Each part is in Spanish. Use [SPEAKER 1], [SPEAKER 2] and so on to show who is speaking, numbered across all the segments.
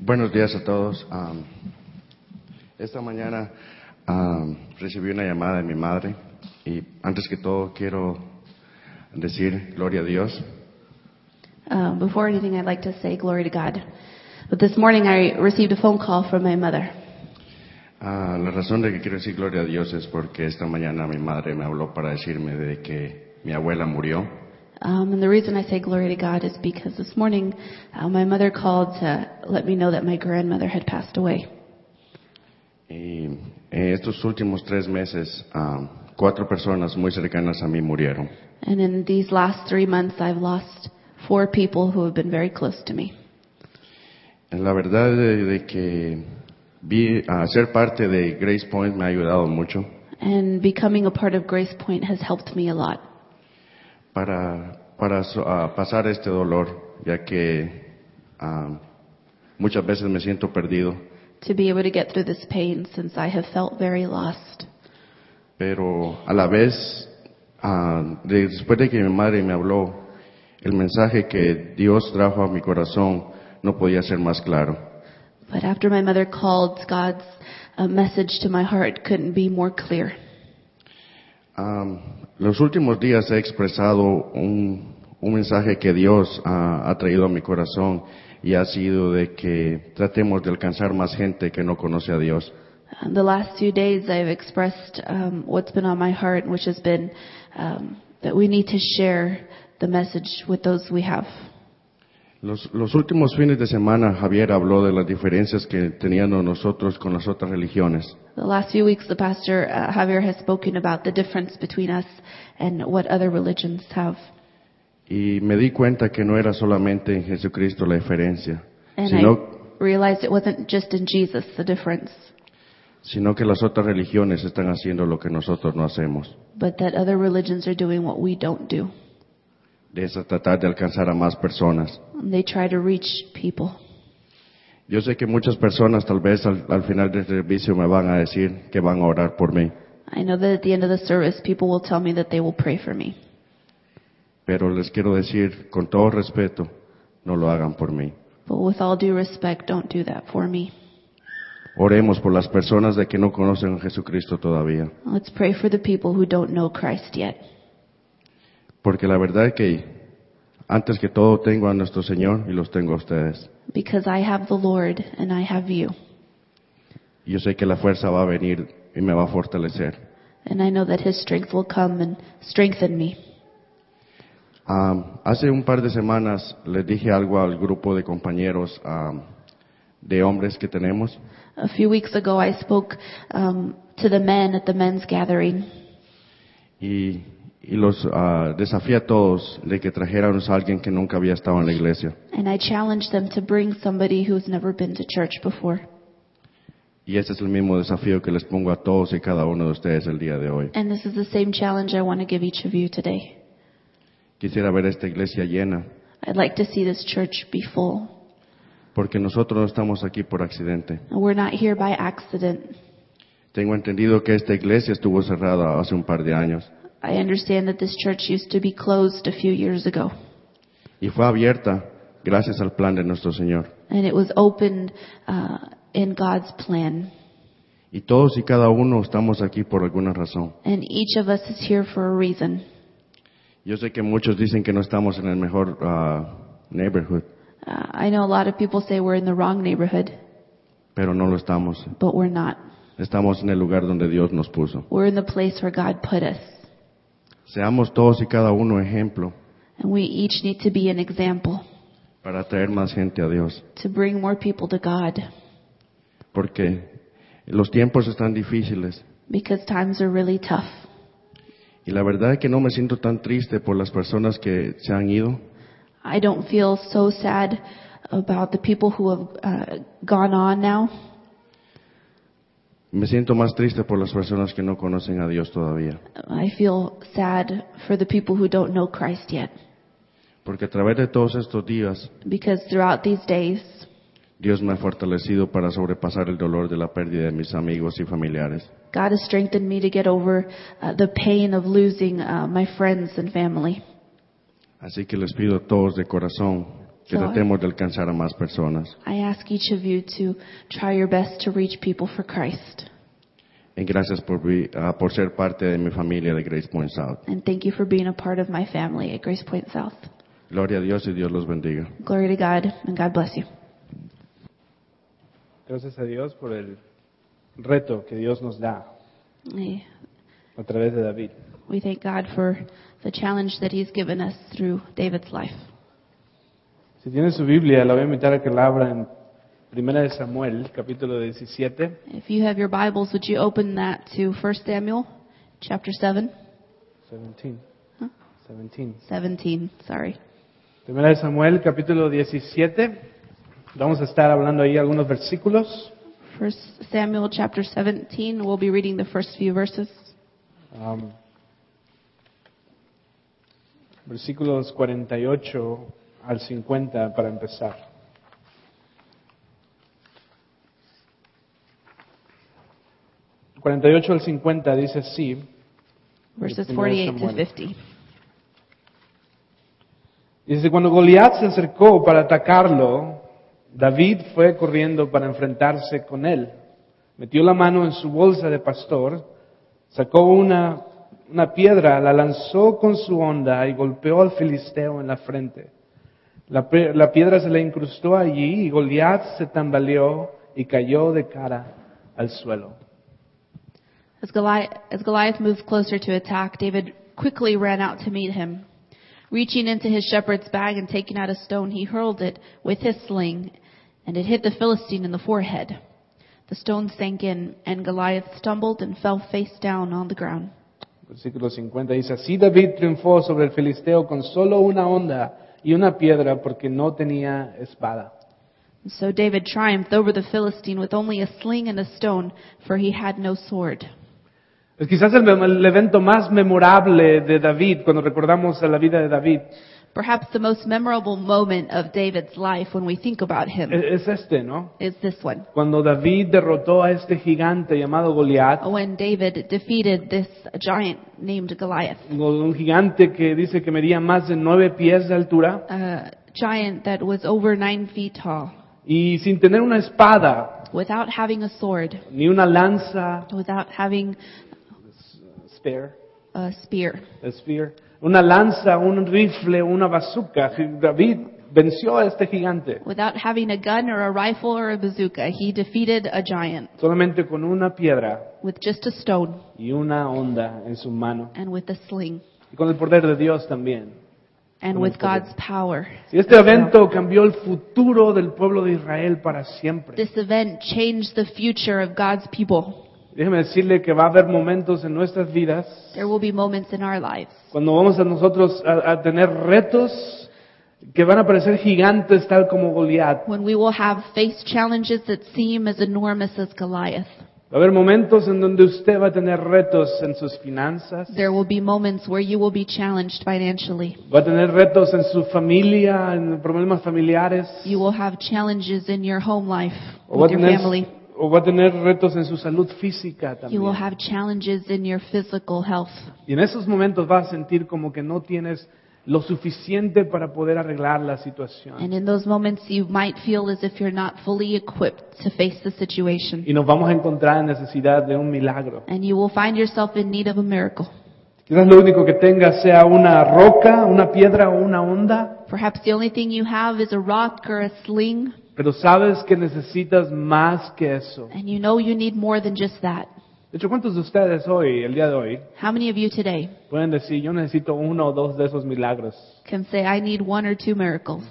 [SPEAKER 1] Buenos días a todos. Am, esta mañana am, recibí una llamada de mi madre y antes que todo quiero decir gloria a Dios
[SPEAKER 2] Uh, before anything, I'd like to say glory to God. But this morning, I received a phone call from my mother.
[SPEAKER 1] Ah, la razón de que quiero decir gloria a Dios es porque esta mañana mi madre me habló para decirme de que mi abuela murió
[SPEAKER 2] Um, and the reason I say glory to God is because this morning, uh, my mother called to let me know that my grandmother had passed away.
[SPEAKER 1] y en estos últimos tres meses am, cuatro personas muy cercanas a mí murieron.
[SPEAKER 2] And in these last three months, I've lost four people who have been very close to me.
[SPEAKER 1] La verdad de, de que vi, a ser parte de Grace Point me ha ayudado mucho
[SPEAKER 2] And becoming a part of Grace Point has helped me a lot
[SPEAKER 1] para, para so- ah, pasar este dolor, ya que am, muchas veces me siento perdido,
[SPEAKER 2] to be able to get through this pain since I have felt very lost.
[SPEAKER 1] pero a la vez, ah, de- después de que mi madre me habló, el mensaje que Dios trajo a mi corazón no podía ser más claro.
[SPEAKER 2] But after my mother called, God's uh, message to my heart couldn't be more clear.
[SPEAKER 1] Am, Ah, los últimos días he expresado un, un mensaje que Dios ah, ha traído a mi corazón y ha sido de que tratemos de alcanzar más gente que no conoce a Dios.
[SPEAKER 2] Um, the last few days, I've expressed um, what's been on my heart, which has been um, that we need to share the message with those we have.
[SPEAKER 1] Los, los últimos fines de semana Javier habló de las diferencias que teníamos nosotros con las otras religiones.
[SPEAKER 2] The last few weeks, the pastor uh, Javier has spoken about the difference between us and what other religions have.
[SPEAKER 1] Y me di cuenta que no era solamente en Jesucristo la diferencia,
[SPEAKER 2] And
[SPEAKER 1] sino,
[SPEAKER 2] I realized it wasn't just in Jesus the difference,
[SPEAKER 1] sino que las otras religiones están haciendo lo que nosotros no hacemos,
[SPEAKER 2] but that other religions are doing what we don't do.
[SPEAKER 1] de esa- tratar de alcanzar a más personas.
[SPEAKER 2] And they try to reach people.
[SPEAKER 1] Yo sé que muchas personas tal vez al, al final del servicio me van a decir que van a orar por mí,
[SPEAKER 2] I know that at the end of the service, people will tell me that they will pray for me.
[SPEAKER 1] pero les quiero decir con todo respeto, no lo hagan por mí.
[SPEAKER 2] But with all due respect, don't do that for me.
[SPEAKER 1] Oremos por las personas de que no conocen a Jesucristo todavía,
[SPEAKER 2] Let's pray for the people who don't know Christ yet.
[SPEAKER 1] porque la verdad es que antes que todo tengo a nuestro Señor y los tengo a ustedes.
[SPEAKER 2] Because I have the Lord and I have you.
[SPEAKER 1] Yo sé que la fuerza va a venir y me va a fortalecer.
[SPEAKER 2] And I know that His strength will come and strengthen me.
[SPEAKER 1] Am, hace un par de semanas les dije algo al grupo de compañeros am, de hombres que tenemos.
[SPEAKER 2] A few weeks ago, I spoke um, to the men at the men's gathering,
[SPEAKER 1] y, y los ah, desafía a todos de que trajéramos a alguien que nunca había estado en la iglesia.
[SPEAKER 2] and I challenged them to bring somebody who's never been to church before.
[SPEAKER 1] Y ese es el mismo desafío que les pongo a todos y cada uno de ustedes el día de hoy.
[SPEAKER 2] And this is the same challenge I want to give each of you today.
[SPEAKER 1] Quisiera ver esta iglesia llena,
[SPEAKER 2] I'd like to see this church be full.
[SPEAKER 1] porque nosotros no estamos aquí por accidente.
[SPEAKER 2] And We're not here by accident.
[SPEAKER 1] Tengo entendido que esta iglesia estuvo cerrada hace un par de años
[SPEAKER 2] I understand that this church used to be closed a few years ago,
[SPEAKER 1] y fue abierta gracias al plan de nuestro Señor.
[SPEAKER 2] and it was opened uh, in God's plan.
[SPEAKER 1] Y todos y cada uno estamos aquí por alguna razón.
[SPEAKER 2] And each of us is here for a reason.
[SPEAKER 1] Yo sé que muchos dicen que no estamos en el mejor ah, neighborhood,
[SPEAKER 2] Uh, I know a lot of people say we're in the wrong neighborhood,
[SPEAKER 1] pero no lo estamos.
[SPEAKER 2] but we're not.
[SPEAKER 1] Estamos en el lugar donde Dios nos puso.
[SPEAKER 2] We're in the place where God put us,
[SPEAKER 1] Seamos todos y cada uno ejemplo
[SPEAKER 2] and we each need to be an example
[SPEAKER 1] para atraer más gente a Dios,
[SPEAKER 2] to bring more people to God
[SPEAKER 1] porque los tiempos están difíciles
[SPEAKER 2] because times are really tough.
[SPEAKER 1] y la verdad es que no me siento tan triste por las personas que se han ido,
[SPEAKER 2] I don't feel so sad about the people who have uh, gone on now.
[SPEAKER 1] me siento más triste por las personas que no conocen a Dios todavía,
[SPEAKER 2] I feel sad for the people who don't know Christ yet.
[SPEAKER 1] porque a través de todos estos días
[SPEAKER 2] Because throughout these days,
[SPEAKER 1] Dios me ha fortalecido para sobrepasar el dolor de la pérdida de mis amigos y familiares.
[SPEAKER 2] God has strengthened me to get over uh, the pain of losing uh, my friends and family.
[SPEAKER 1] Así que les pido a todos de corazón que
[SPEAKER 2] So I,
[SPEAKER 1] tratemos de alcanzar a más personas.
[SPEAKER 2] I ask each of you to try your best to reach people for Christ.
[SPEAKER 1] Y gracias por, vi- ah, por ser parte de mi familia de Grace Point South.
[SPEAKER 2] And thank you for being a part of my family at Grace Point South.
[SPEAKER 1] Gloria a Dios y Dios los bendiga.
[SPEAKER 2] Glory to God, and God bless you.
[SPEAKER 3] Gracias a Dios por el reto que Dios nos da
[SPEAKER 2] We
[SPEAKER 3] a través de David.
[SPEAKER 2] we thank God for the challenge that He's given us through David's life.
[SPEAKER 3] Si tiene su Biblia, la voy a invitar a que la abra en Primera de Samuel, capítulo 17.
[SPEAKER 2] If you have your Bibles, would you open that to 1 Samuel chapter 7?
[SPEAKER 3] 17.
[SPEAKER 2] Huh?
[SPEAKER 3] 17.
[SPEAKER 2] 17, sorry.
[SPEAKER 3] Primera de Samuel, capítulo 17. Vamos a estar hablando ahí algunos versículos.
[SPEAKER 2] 1 Samuel chapter 17, we'll be reading the first few verses.
[SPEAKER 3] Am, versículos 48 al 50 para empezar. ...48 al 50 dice así...
[SPEAKER 2] Verses 48
[SPEAKER 3] Primera
[SPEAKER 2] to
[SPEAKER 3] Samuel.
[SPEAKER 2] 50.
[SPEAKER 3] Dice, cuando Goliat se acercó para atacarlo, David fue corriendo para enfrentarse con él. Metió la mano en su bolsa de pastor, sacó una, una piedra, la lanzó con su honda y golpeó al filisteo en la frente. La, pe- la piedra se le incrustó allí y Goliat se tambaleó y cayó de cara al suelo.
[SPEAKER 2] As Goliath, as Goliath moved closer to attack, David quickly ran out to meet him. Reaching into his shepherd's bag and taking out a stone, he hurled it with his sling, and it hit the Philistine in the forehead. The stone sank in, and Goliath stumbled and fell face down on the ground.
[SPEAKER 3] Versículo 50 dice, así David triunfó sobre el filisteo con solo una honda y una piedra porque no tenía espada.
[SPEAKER 2] And so David triumphed over the Philistine with only a sling and a stone, for he had no sword.
[SPEAKER 3] Es quizás el, el evento más memorable de David, cuando recordamos a la vida de David,
[SPEAKER 2] Perhaps the most memorable moment of David's life when we think about him
[SPEAKER 3] e- es este, ¿no?
[SPEAKER 2] is this one.
[SPEAKER 3] Cuando David derrotó a este gigante llamado Goliat,
[SPEAKER 2] when David defeated this giant named Goliath,
[SPEAKER 3] un gigante que dice que medía más de nueve pies de altura,
[SPEAKER 2] a giant that was over nine feet tall,
[SPEAKER 3] y sin tener una espada,
[SPEAKER 2] without having a sword,
[SPEAKER 3] ni una lanza,
[SPEAKER 2] without having
[SPEAKER 3] spear,
[SPEAKER 2] a spear,
[SPEAKER 3] spear, una lanza, un rifle, una bazooka, David venció a este gigante,
[SPEAKER 2] without having a gun or a rifle or a bazooka. He defeated a giant
[SPEAKER 3] solamente con una piedra
[SPEAKER 2] with just a stone
[SPEAKER 3] y una honda en su mano,
[SPEAKER 2] and with a sling
[SPEAKER 3] y con el poder de Dios también.
[SPEAKER 2] and with God's power.
[SPEAKER 3] Si este evento cambió el futuro del pueblo de Israel para siempre,
[SPEAKER 2] This event changed the future of God's people.
[SPEAKER 3] déjeme decirle que va a haber momentos en nuestras vidas
[SPEAKER 2] There will be moments in our lives
[SPEAKER 3] cuando vamos a nosotros a, a tener retos que van a parecer gigantes tal como Goliat.
[SPEAKER 2] when we will have face challenges that seem as enormous as Goliath.
[SPEAKER 3] Va a haber momentos en donde usted va a tener retos en sus finanzas,
[SPEAKER 2] There will be moments where you will be challenged financially.
[SPEAKER 3] va a tener retos en su familia, en problemas familiares,
[SPEAKER 2] You will have challenges in your home life
[SPEAKER 3] o va a
[SPEAKER 2] with your
[SPEAKER 3] tener,
[SPEAKER 2] family.
[SPEAKER 3] o va a tener retos en su salud física
[SPEAKER 2] You will
[SPEAKER 3] también.
[SPEAKER 2] have challenges in your physical health.
[SPEAKER 3] Y en esos momentos vas a sentir como que no tienes lo suficiente para poder arreglar la situación.
[SPEAKER 2] And in those moments, you might feel as if you're not fully equipped to face the situation.
[SPEAKER 3] Y nos vamos a encontrar en necesidad de un milagro.
[SPEAKER 2] And you will find yourself in need of a miracle.
[SPEAKER 3] Quizás lo único que tengas sea una roca, una piedra o una onda,
[SPEAKER 2] Perhaps the only thing you have is a rock or a sling,
[SPEAKER 3] pero sabes que necesitas más que eso.
[SPEAKER 2] and you know you need more than just that.
[SPEAKER 3] De hecho, ¿cuántos de ustedes hoy, el día de hoy,
[SPEAKER 2] How many of you today
[SPEAKER 3] pueden decir, yo necesito uno o dos de esos milagros?
[SPEAKER 2] can say, I need one or two miracles?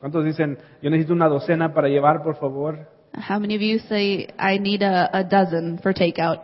[SPEAKER 3] ¿Cuántos dicen, yo necesito una docena para llevar, por favor?
[SPEAKER 2] How many of you say, I need a, a dozen for takeout?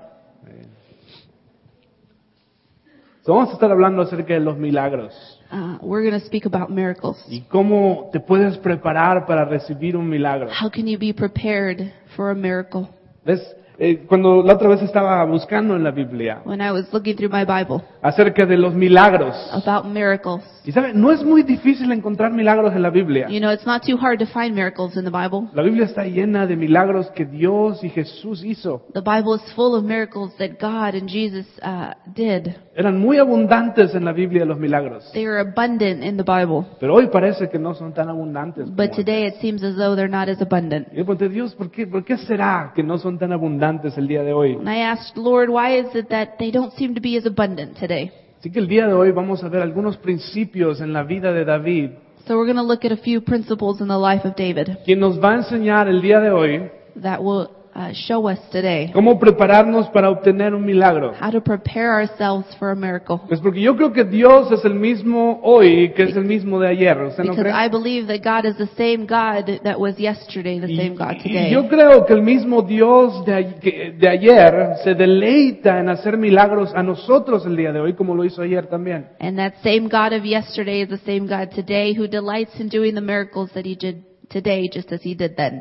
[SPEAKER 3] So, vamos a estar hablando acerca de los milagros
[SPEAKER 2] Uh, we're going to speak about miracles.
[SPEAKER 3] y cómo te puedes preparar para recibir un milagro.
[SPEAKER 2] How can you be prepared for a miracle?
[SPEAKER 3] ¿Ves? Eh, cuando la otra vez estaba buscando en la Biblia,
[SPEAKER 2] When I was looking through my Bible,
[SPEAKER 3] acerca de los milagros.
[SPEAKER 2] about miracles.
[SPEAKER 3] Y sabe, no es muy difícil encontrar milagros en la Biblia.
[SPEAKER 2] You know, it's not too hard to find miracles in the Bible.
[SPEAKER 3] La Biblia está llena de milagros que Dios y Jesús hizo.
[SPEAKER 2] The Bible is full of miracles that God and Jesus uh, did.
[SPEAKER 3] Eran muy abundantes en la Biblia los milagros.
[SPEAKER 2] They are abundant in the Bible,
[SPEAKER 3] Pero hoy parece que no son tan abundantes. como
[SPEAKER 2] but today it seems as though they're not as abundant.
[SPEAKER 3] Y yo pregunté, Dios, ¿por qué, ¿por qué será que no son tan abundantes el día de hoy?
[SPEAKER 2] And I asked, Lord, why is it that they don't seem to be as abundant today?
[SPEAKER 3] Así que el día de hoy vamos a ver algunos principios en la vida de David,
[SPEAKER 2] So we're going to look at a few principles in the life of David
[SPEAKER 3] quien nos va a enseñar el día de hoy
[SPEAKER 2] that will uh, show us today
[SPEAKER 3] cómo prepararnos para obtener un milagro.
[SPEAKER 2] how to prepare ourselves for a miracle.
[SPEAKER 3] Pues porque yo creo que Dios es el mismo hoy que es el mismo de ayer, ¿usted no
[SPEAKER 2] Because
[SPEAKER 3] cree?
[SPEAKER 2] I believe that God is the same God that was yesterday, the
[SPEAKER 3] Y-
[SPEAKER 2] same God
[SPEAKER 3] y
[SPEAKER 2] today.
[SPEAKER 3] yo creo que el mismo Dios de, ay- que- de ayer se deleita en hacer milagros a nosotros el día de hoy, como lo hizo ayer también.
[SPEAKER 2] And that same God of yesterday is the same God today who delights in doing the miracles that he did today just as he did then.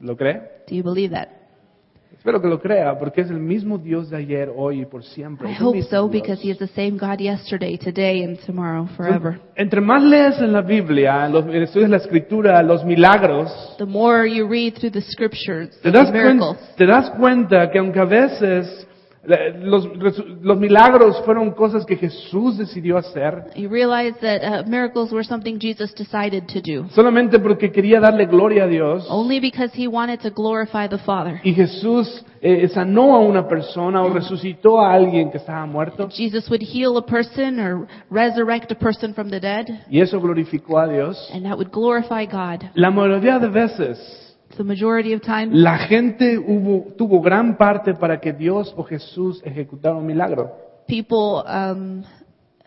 [SPEAKER 3] ¿Lo cree?
[SPEAKER 2] Do you believe that?
[SPEAKER 3] Espero que lo crea, porque es el mismo Dios de ayer, hoy y por siempre.
[SPEAKER 2] I
[SPEAKER 3] Es el
[SPEAKER 2] hope
[SPEAKER 3] mismo
[SPEAKER 2] so
[SPEAKER 3] Dios.
[SPEAKER 2] because he is the same God yesterday, today, and tomorrow, forever.
[SPEAKER 3] Entre más lees en la Biblia, los, eh, estudias la Escritura, los milagros,
[SPEAKER 2] The more you read through the scriptures,
[SPEAKER 3] te das,
[SPEAKER 2] the
[SPEAKER 3] cuen-
[SPEAKER 2] miracles,
[SPEAKER 3] te das cuenta que aunque a veces eh, los, resu- los milagros fueron cosas que Jesús decidió hacer,
[SPEAKER 2] you realize that uh, miracles were something Jesus decided to do.
[SPEAKER 3] solamente porque quería darle gloria a Dios,
[SPEAKER 2] Only because he wanted to glorify the Father.
[SPEAKER 3] y Jesús eh, sanó a una persona o resucitó a alguien que estaba muerto,
[SPEAKER 2] Jesus would heal a person or resurrect a person from the dead,
[SPEAKER 3] y eso glorificó a Dios,
[SPEAKER 2] and that would glorify God.
[SPEAKER 3] la mayoría de veces
[SPEAKER 2] The majority of times,
[SPEAKER 3] La gente hubo- tuvo gran parte para que Dios o Jesús ejecutara un milagro.
[SPEAKER 2] people um,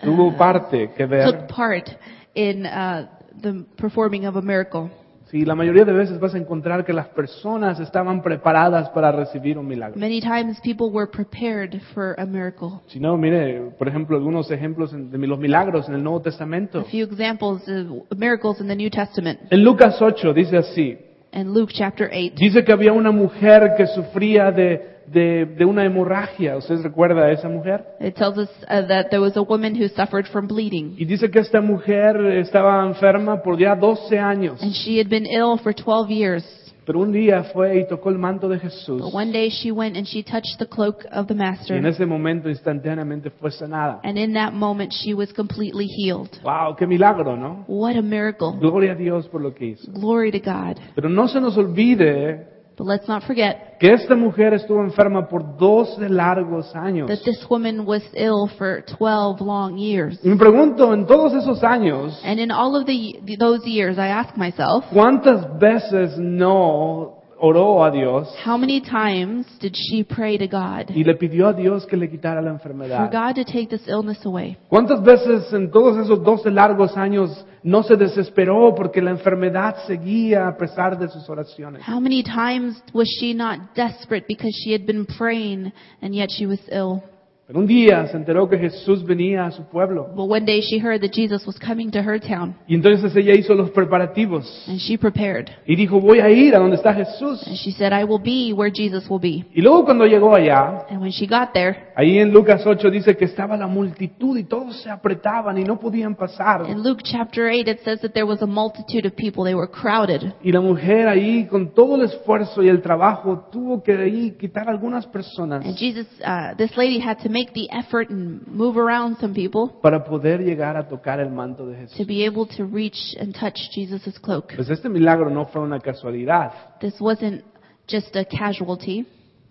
[SPEAKER 3] Tuvo parte que ver.
[SPEAKER 2] took part in uh, the performing of a miracle.
[SPEAKER 3] Sí, la mayoría de veces vas a encontrar que las personas estaban preparadas para recibir un milagro.
[SPEAKER 2] Many times people were prepared for a miracle.
[SPEAKER 3] Si no, mire, por ejemplo, algunos ejemplos en- de los milagros en el Nuevo Testamento.
[SPEAKER 2] A few examples of miracles in the New Testament.
[SPEAKER 3] En Lucas 8 dice así,
[SPEAKER 2] In Luke chapter 8,
[SPEAKER 3] dice que había una mujer que sufría de, de, de una hemorragia. ¿Usted recuerda a esa mujer?
[SPEAKER 2] it tells us uh, that there was a woman who suffered from bleeding.
[SPEAKER 3] Y dice que esta mujer estaba enferma por ya 12 años.
[SPEAKER 2] And she had been ill for 12 years.
[SPEAKER 3] Pero un día fue y tocó el manto de Jesús.
[SPEAKER 2] But one day she went and she touched the cloak of the
[SPEAKER 3] Y en
[SPEAKER 2] Master.
[SPEAKER 3] ese momento instantáneamente fue sanada.
[SPEAKER 2] And in that moment she was completely healed.
[SPEAKER 3] ¡Wow! ¡Qué milagro, ¿no?
[SPEAKER 2] What a miracle.
[SPEAKER 3] Gloria a Dios por lo que hizo.
[SPEAKER 2] Glory to God.
[SPEAKER 3] Pero no se nos olvide
[SPEAKER 2] But let's not forget
[SPEAKER 3] que esta mujer estuvo enferma por 12 largos años.
[SPEAKER 2] that this woman was ill for 12 long years.
[SPEAKER 3] Y me pregunto, en todos esos años,
[SPEAKER 2] And in all of the, those years, I ask myself,
[SPEAKER 3] ¿cuántas veces no oró a Dios
[SPEAKER 2] how many times did she pray to God
[SPEAKER 3] y le pidió a Dios que le quitara la
[SPEAKER 2] for
[SPEAKER 3] enfermedad?
[SPEAKER 2] God to take this illness away?
[SPEAKER 3] ¿Cuántas veces en todos esos 12 largos años no se desesperó porque la enfermedad seguía a pesar de sus oraciones?
[SPEAKER 2] How many times was she not desperate because she had been praying and yet she was ill?
[SPEAKER 3] Pero un día se enteró que Jesús venía a su pueblo.
[SPEAKER 2] But one day she heard that Jesus was coming to her town
[SPEAKER 3] Y entonces ella hizo los preparativos
[SPEAKER 2] and she prepared.
[SPEAKER 3] y dijo, voy a ir a donde está
[SPEAKER 2] And
[SPEAKER 3] Jesús.
[SPEAKER 2] she said, I will be where Jesus will be.
[SPEAKER 3] Y luego cuando llegó allá,
[SPEAKER 2] And when she got there,
[SPEAKER 3] ahí en Lucas 8 dice que estaba la multitud y todos se apretaban y no podían pasar.
[SPEAKER 2] in Luke chapter 8, it says that there was a multitude of people. They were crowded.
[SPEAKER 3] Y la mujer ahí con todo el esfuerzo y el trabajo tuvo que ahí quitar algunas personas
[SPEAKER 2] And Jesus, uh, this lady had to make the effort and move around some people
[SPEAKER 3] para poder llegar a tocar el manto de Jesús.
[SPEAKER 2] to be able to reach and touch Jesus' cloak.
[SPEAKER 3] Pues este milagro no fue una casualidad.
[SPEAKER 2] This wasn't just a casualty.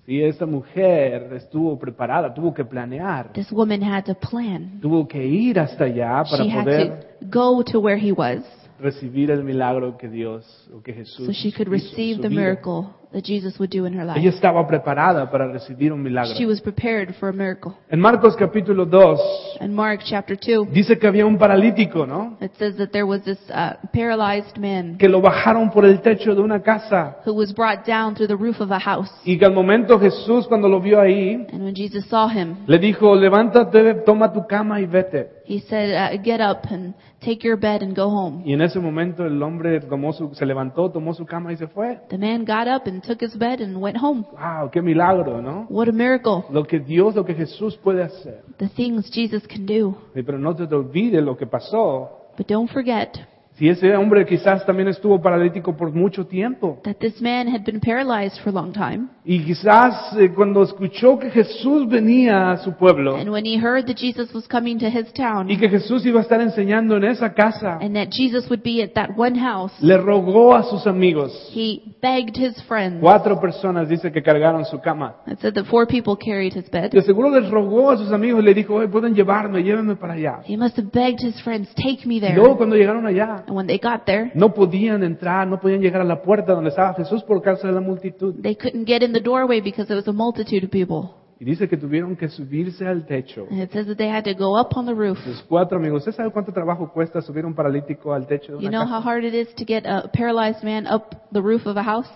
[SPEAKER 3] Sí, esta mujer estuvo preparada, tuvo que planear,
[SPEAKER 2] This woman had to plan.
[SPEAKER 3] tuvo que ir hasta allá para
[SPEAKER 2] She had
[SPEAKER 3] poder
[SPEAKER 2] to go to where he was
[SPEAKER 3] recibir el milagro que Dios o que Jesús
[SPEAKER 2] so she could
[SPEAKER 3] hizo en
[SPEAKER 2] receive
[SPEAKER 3] su
[SPEAKER 2] the
[SPEAKER 3] vida.
[SPEAKER 2] miracle that Jesus would do in her
[SPEAKER 3] Ella
[SPEAKER 2] life.
[SPEAKER 3] estaba preparada para recibir un milagro.
[SPEAKER 2] She was prepared for a miracle.
[SPEAKER 3] En Marcos capítulo 2
[SPEAKER 2] In Mark chapter 2,
[SPEAKER 3] dice que había un paralítico, ¿no?
[SPEAKER 2] it says that there was this uh, paralyzed man
[SPEAKER 3] Que lo bajaron por el techo de una casa
[SPEAKER 2] who was brought down through the roof of a house.
[SPEAKER 3] y que al momento Jesús cuando lo vio ahí
[SPEAKER 2] And when Jesus saw him,
[SPEAKER 3] le dijo, levántate, toma tu cama y vete.
[SPEAKER 2] he said, uh, Get up and take your bed and go home.
[SPEAKER 3] Y en ese momento el hombre tomó su- se levantó, tomó su cama y se fue.
[SPEAKER 2] The man got up and and took his bed and went home.
[SPEAKER 3] Wow, qué milagro, ¿no?
[SPEAKER 2] What a miracle.
[SPEAKER 3] Lo que Dios, lo que Jesús puede hacer.
[SPEAKER 2] The things Jesus can do.
[SPEAKER 3] Sí, Pero no te te olvides lo que pasó.
[SPEAKER 2] But don't forget
[SPEAKER 3] Si ese hombre quizás también estuvo paralítico por mucho tiempo.
[SPEAKER 2] that this man had been paralyzed for a long time.
[SPEAKER 3] Y quizás eh, cuando escuchó que Jesús venía a su pueblo
[SPEAKER 2] And when he heard that Jesus was coming to his town
[SPEAKER 3] y que Jesús iba a estar enseñando en esa casa,
[SPEAKER 2] and that Jesus would be at that one house,
[SPEAKER 3] le rogó a sus amigos.
[SPEAKER 2] he begged his friends.
[SPEAKER 3] Cuatro personas dice que cargaron su cama.
[SPEAKER 2] It said that four people carried his bed.
[SPEAKER 3] De seguro les rogó a sus amigos y le dijo, "Oye, pueden llevarme, llévenme para allá.
[SPEAKER 2] He must have begged his friends, take me
[SPEAKER 3] Y
[SPEAKER 2] there.
[SPEAKER 3] luego cuando llegaron allá,
[SPEAKER 2] And when they got there,
[SPEAKER 3] no podían entrar, no podían llegar a la puerta donde estaba Jesús por causa de la multitud.
[SPEAKER 2] they couldn't get in the doorway because there was a multitude of people.
[SPEAKER 3] Y dice que tuvieron que subirse al techo.
[SPEAKER 2] And it says that they had to go up on the roof.
[SPEAKER 3] Los cuatro amigos, ¿usted sabe cuánto trabajo cuesta subir un paralítico al techo de
[SPEAKER 2] You
[SPEAKER 3] una
[SPEAKER 2] know
[SPEAKER 3] casa?
[SPEAKER 2] how hard it is to get a paralyzed man up the roof of a house?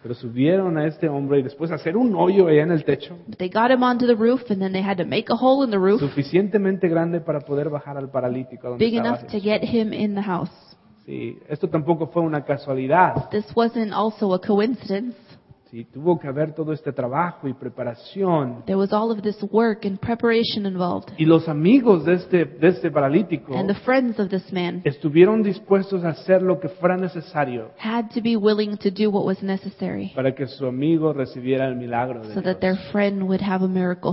[SPEAKER 3] Pero subieron a este hombre y después hacer un hoyo allá en el techo,
[SPEAKER 2] But they got him onto the roof and then they had to make a hole in the roof
[SPEAKER 3] suficientemente grande para poder bajar al paralítico. a donde
[SPEAKER 2] big
[SPEAKER 3] estaba
[SPEAKER 2] enough to
[SPEAKER 3] Jesús.
[SPEAKER 2] get him in the house.
[SPEAKER 3] Sí, esto tampoco fue una casualidad.
[SPEAKER 2] This wasn't also a coincidence.
[SPEAKER 3] Sí, tuvo que haber todo este trabajo y preparación.
[SPEAKER 2] There was all of this work and preparation involved.
[SPEAKER 3] Y los amigos de este, de este paralítico
[SPEAKER 2] And the friends of this man
[SPEAKER 3] estuvieron dispuestos a hacer lo que fuera necesario
[SPEAKER 2] had to be willing to do what was necessary
[SPEAKER 3] para que su amigo recibiera el milagro de
[SPEAKER 2] so that
[SPEAKER 3] Dios.
[SPEAKER 2] their friend would have a miracle.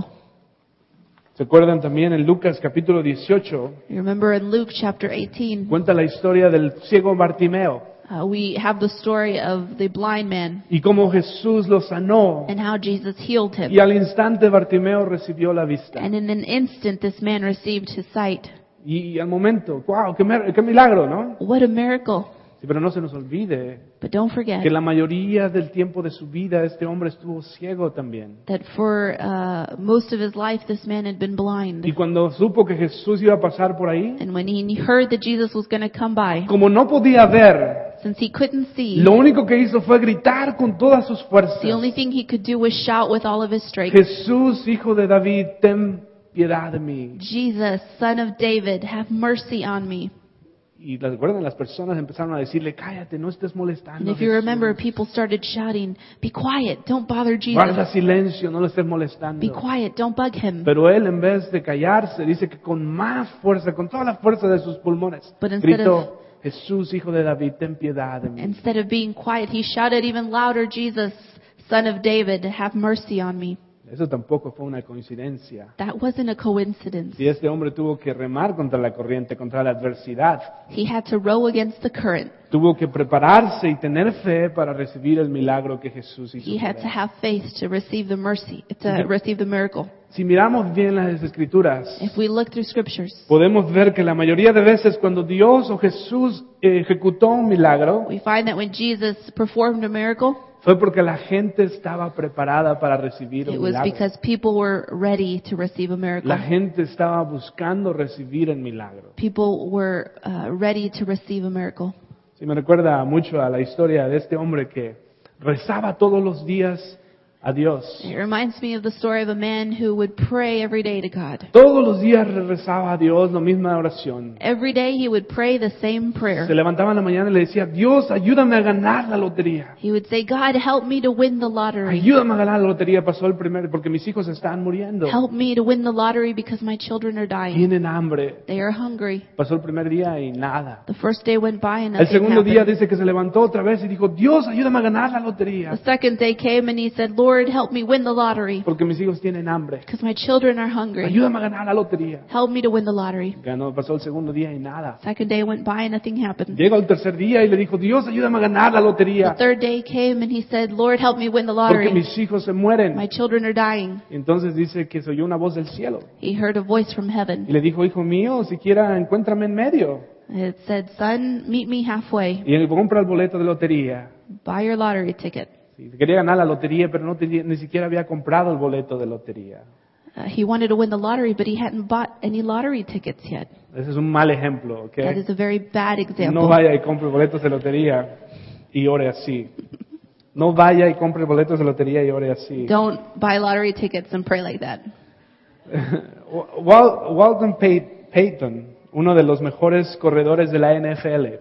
[SPEAKER 3] ¿Se acuerdan también en Lucas capítulo 18?
[SPEAKER 2] You remember in Luke chapter 18,
[SPEAKER 3] Cuenta la historia del ciego Bartimeo
[SPEAKER 2] uh, we have the story of the blind man
[SPEAKER 3] y cómo Jesús lo sanó
[SPEAKER 2] and how Jesus healed him.
[SPEAKER 3] Y al instante Bartimeo recibió la vista.
[SPEAKER 2] And in an instant, this man received his sight.
[SPEAKER 3] Y al momento, wow, qué, mer- qué milagro, ¿no?
[SPEAKER 2] What a miracle!
[SPEAKER 3] Sí, pero no se nos olvide
[SPEAKER 2] But don't forget
[SPEAKER 3] que la mayoría del tiempo de su vida este hombre estuvo ciego también.
[SPEAKER 2] that for uh, most of his life, this man had been blind.
[SPEAKER 3] Y cuando supo que Jesús iba a pasar por ahí,
[SPEAKER 2] And when he heard that Jesus was going to come by,
[SPEAKER 3] como no podía ver,
[SPEAKER 2] since he couldn't see,
[SPEAKER 3] lo único que hizo fue gritar con todas sus fuerzas.
[SPEAKER 2] the only thing he could do was shout with all of his strength,
[SPEAKER 3] Jesús, hijo de David, ten piedad de mí.
[SPEAKER 2] Jesus, son of David, have mercy on me.
[SPEAKER 3] Y ¿las- recuerdan, las personas empezaron a decirle, cállate, no estés
[SPEAKER 2] And
[SPEAKER 3] molestando. a
[SPEAKER 2] if you
[SPEAKER 3] Jesús.
[SPEAKER 2] remember, people started shouting, Be quiet, don't bother
[SPEAKER 3] Guarda
[SPEAKER 2] Jesus.
[SPEAKER 3] silencio, no lo estés molestando.
[SPEAKER 2] Be quiet, don't bug him.
[SPEAKER 3] Pero él en vez de callarse dice que con más fuerza, con toda la fuerza de sus pulmones,
[SPEAKER 2] But instead
[SPEAKER 3] gritó, Jesús, hijo de David, ten piedad de mí.
[SPEAKER 2] Instead of being quiet, he shouted even louder, Jesus, son of David, have mercy on me.
[SPEAKER 3] Eso tampoco fue una coincidencia.
[SPEAKER 2] That wasn't a coincidence.
[SPEAKER 3] Si este hombre tuvo que remar contra la corriente, contra la adversidad,
[SPEAKER 2] He had to row against the current.
[SPEAKER 3] tuvo que prepararse y tener fe para recibir el milagro que Jesús hizo.
[SPEAKER 2] He had
[SPEAKER 3] por
[SPEAKER 2] to
[SPEAKER 3] él.
[SPEAKER 2] have faith to receive the mercy, to
[SPEAKER 3] Mhm.
[SPEAKER 2] receive the miracle.
[SPEAKER 3] Si miramos bien las escrituras,
[SPEAKER 2] If we look through scriptures,
[SPEAKER 3] podemos ver que la mayoría de veces cuando Dios o Jesús eh, ejecutó un milagro,
[SPEAKER 2] we find that when Jesus performed a miracle,
[SPEAKER 3] fue porque la gente estaba preparada para recibir
[SPEAKER 2] it
[SPEAKER 3] un
[SPEAKER 2] was
[SPEAKER 3] milagro.
[SPEAKER 2] because people were ready to receive a
[SPEAKER 3] La
[SPEAKER 2] miracle.
[SPEAKER 3] gente estaba buscando recibir el milagro.
[SPEAKER 2] People were uh, ready to receive a miracle.
[SPEAKER 3] Sí, me recuerda mucho a la historia de este hombre que rezaba todos los días a Dios.
[SPEAKER 2] It reminds me of the story of a man who would pray every day to God.
[SPEAKER 3] Todos los días re- rezaba a Dios la misma oración.
[SPEAKER 2] Every day he would pray the same
[SPEAKER 3] Se
[SPEAKER 2] prayer.
[SPEAKER 3] levantaba en la mañana y le decía, Dios, ayúdame a ganar la lotería.
[SPEAKER 2] He would say, God, help me to win the lottery.
[SPEAKER 3] Ayúdame a ganar la lotería. Pasó el primer, porque mis hijos están muriendo.
[SPEAKER 2] Help me to win the lottery because my children are dying.
[SPEAKER 3] Tienen hambre.
[SPEAKER 2] They are hungry.
[SPEAKER 3] Pasó el primer día y nada.
[SPEAKER 2] The first day went by and
[SPEAKER 3] El
[SPEAKER 2] nothing
[SPEAKER 3] segundo día
[SPEAKER 2] happened.
[SPEAKER 3] dice que se levantó otra vez y dijo, Dios, ayúdame a ganar la lotería.
[SPEAKER 2] The second day came and he said, Lord, help me win the lottery
[SPEAKER 3] Porque mis hijos tienen hambre.
[SPEAKER 2] because my children are hungry.
[SPEAKER 3] Ayúdame a ganar la lotería.
[SPEAKER 2] Help me to win the lottery.
[SPEAKER 3] Ganó, pasó el segundo día y nada.
[SPEAKER 2] Second day went by and nothing happened.
[SPEAKER 3] Llega el tercer día y le dijo, Dios, ayúdame a ganar la
[SPEAKER 2] The
[SPEAKER 3] lotería,
[SPEAKER 2] third day came and he said, Lord, help me win the
[SPEAKER 3] porque
[SPEAKER 2] lottery.
[SPEAKER 3] mis hijos se mueren.
[SPEAKER 2] My children are dying.
[SPEAKER 3] Entonces dice que se oyó una voz del cielo
[SPEAKER 2] He heard a voice from
[SPEAKER 3] y
[SPEAKER 2] heaven.
[SPEAKER 3] le dijo, hijo mío, siquiera encuéntrame en medio
[SPEAKER 2] It said, Son, meet me halfway.
[SPEAKER 3] y él compra el boleto de lotería.
[SPEAKER 2] Buy your lottery ticket.
[SPEAKER 3] Sí, Quería ganar la lotería, pero no tenía- ni siquiera había comprado el boleto de lotería.
[SPEAKER 2] Uh, he wanted to win the lottery, but he hadn't bought any lottery tickets yet.
[SPEAKER 3] Ese es un mal ejemplo, ¿ok?
[SPEAKER 2] That is a very bad
[SPEAKER 3] No
[SPEAKER 2] example.
[SPEAKER 3] vaya y compre boletos de lotería y ore así. No vaya y compre boletos de lotería y ore así.
[SPEAKER 2] Don't buy lottery tickets and pray like that.
[SPEAKER 3] Wal- Walton Pay- Payton, uno de los mejores corredores de la NFL,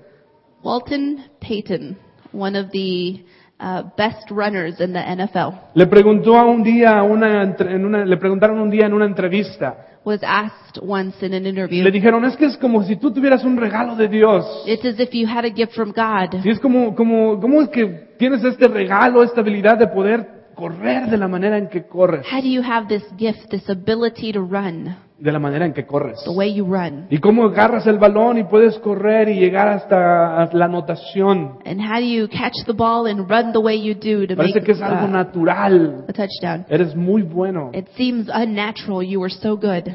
[SPEAKER 2] Walton Payton, one of the uh, best runners in the NFL,
[SPEAKER 3] Le preguntó a un día a una entre- en una- le preguntaron un día en una entrevista.
[SPEAKER 2] was asked once in an
[SPEAKER 3] Le
[SPEAKER 2] interview,
[SPEAKER 3] dijeron, es que es como si tú tuvieras un regalo de Dios.
[SPEAKER 2] It's as if you had a gift from God.
[SPEAKER 3] Y es como, como, ¿cómo es que tienes este regalo, esta habilidad de poder correr de la manera en que corres?
[SPEAKER 2] How do you have this gift, this ability to run
[SPEAKER 3] De la manera en que corres.
[SPEAKER 2] the way you run?
[SPEAKER 3] Y cómo agarras el balón y puedes correr y llegar hasta hasta la anotación.
[SPEAKER 2] And how do you catch the ball and run the way you do to make
[SPEAKER 3] Parece que es algo
[SPEAKER 2] uh,
[SPEAKER 3] natural.
[SPEAKER 2] a touchdown?
[SPEAKER 3] Eres muy bueno.
[SPEAKER 2] It seems unnatural. You were so good.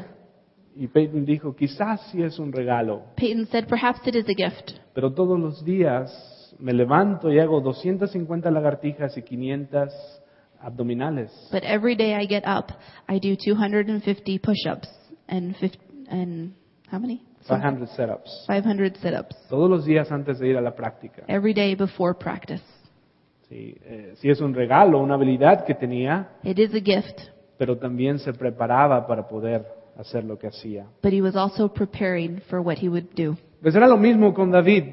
[SPEAKER 3] Y Peyton dijo, quizás sí es un regalo,
[SPEAKER 2] Peyton said, perhaps it is a gift.
[SPEAKER 3] pero todos los días me levanto y hago 250 lagartijas y 500 abdominales.
[SPEAKER 2] But every day I get up, I do 250 push-ups and 50, and how many?
[SPEAKER 3] 500 setups.
[SPEAKER 2] 500 sit-ups
[SPEAKER 3] Todos los días antes de ir a la práctica.
[SPEAKER 2] every day before practice.
[SPEAKER 3] Sí, eh, sí es un regalo, una habilidad que tenía,
[SPEAKER 2] It is a gift,
[SPEAKER 3] pero también se preparaba para poder hacer lo que hacía.
[SPEAKER 2] but he was also preparing for what he would do.
[SPEAKER 3] Pues era lo mismo con David.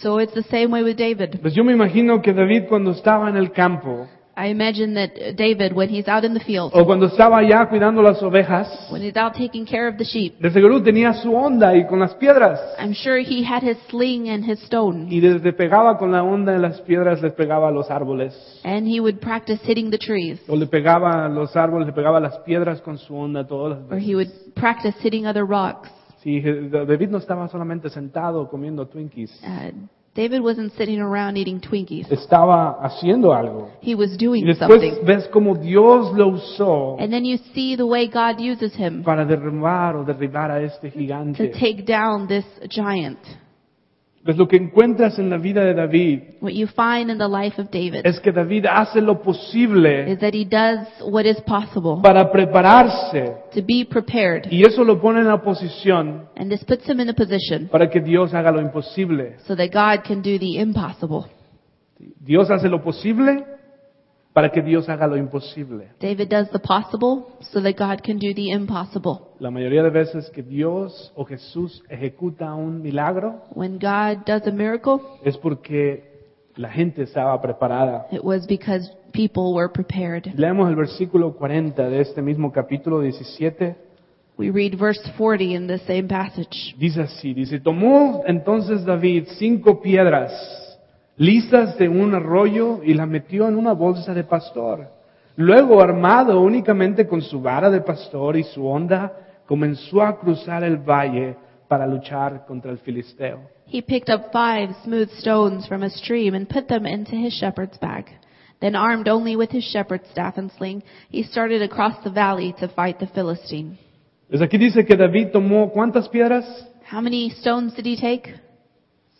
[SPEAKER 2] So it's the same way with David.
[SPEAKER 3] Pues yo me imagino que David cuando estaba en el campo
[SPEAKER 2] I imagine that uh, David, when he's out in the field,
[SPEAKER 3] o cuando estaba allá cuidando las ovejas,
[SPEAKER 2] when he's out taking care of the sheep,
[SPEAKER 3] de seguro tenía su onda y con las piedras.
[SPEAKER 2] I'm sure he had his sling and his stone,
[SPEAKER 3] Y desde pegaba con la onda de las piedras, les pegaba a los árboles.
[SPEAKER 2] and he would practice hitting the trees,
[SPEAKER 3] O le pegaba a los árboles, le pegaba a las piedras con su onda, todas las
[SPEAKER 2] or he would practice hitting other rocks.
[SPEAKER 3] Sí, David no estaba solamente sentado comiendo Twinkies.
[SPEAKER 2] Uh, David wasn't sitting around eating Twinkies.
[SPEAKER 3] Estaba haciendo algo.
[SPEAKER 2] He was
[SPEAKER 3] Y
[SPEAKER 2] doing
[SPEAKER 3] después
[SPEAKER 2] something.
[SPEAKER 3] ves cómo Dios lo usó
[SPEAKER 2] And then you see the way God uses him
[SPEAKER 3] para derribar o derribar a este gigante.
[SPEAKER 2] to take down this giant.
[SPEAKER 3] Pues lo que encuentras en la vida de David
[SPEAKER 2] What you find in the life of David
[SPEAKER 3] es que David hace lo posible
[SPEAKER 2] is that he does what is possible
[SPEAKER 3] para prepararse
[SPEAKER 2] to be prepared.
[SPEAKER 3] y eso lo pone en la posición
[SPEAKER 2] And this puts him in a position
[SPEAKER 3] para que Dios haga lo imposible.
[SPEAKER 2] so that God can do the impossible.
[SPEAKER 3] Dios hace lo posible para que Dios haga lo imposible.
[SPEAKER 2] David does the possible so that God can do the impossible.
[SPEAKER 3] La mayoría de veces que Dios o Jesús ejecuta un milagro
[SPEAKER 2] When God does a miracle,
[SPEAKER 3] es porque la gente estaba preparada.
[SPEAKER 2] it was because people were prepared.
[SPEAKER 3] Leamos el versículo 40 de este mismo capítulo 17.
[SPEAKER 2] We read verse 40 in the same passage.
[SPEAKER 3] Dice así, dice, tomó entonces David cinco piedras lisas de un arroyo y las metió en una bolsa de pastor. Luego, armado únicamente con su vara de pastor y su honda, comenzó a cruzar el valle para luchar contra el filisteo.
[SPEAKER 2] He picked up five smooth stones from a stream and put them into his shepherd's bag. Then, armed only with his shepherd's staff and sling, he started across the valley to fight the Philistine.
[SPEAKER 3] Pues aquí dice que David tomó cuántas piedras?
[SPEAKER 2] How many stones did he take?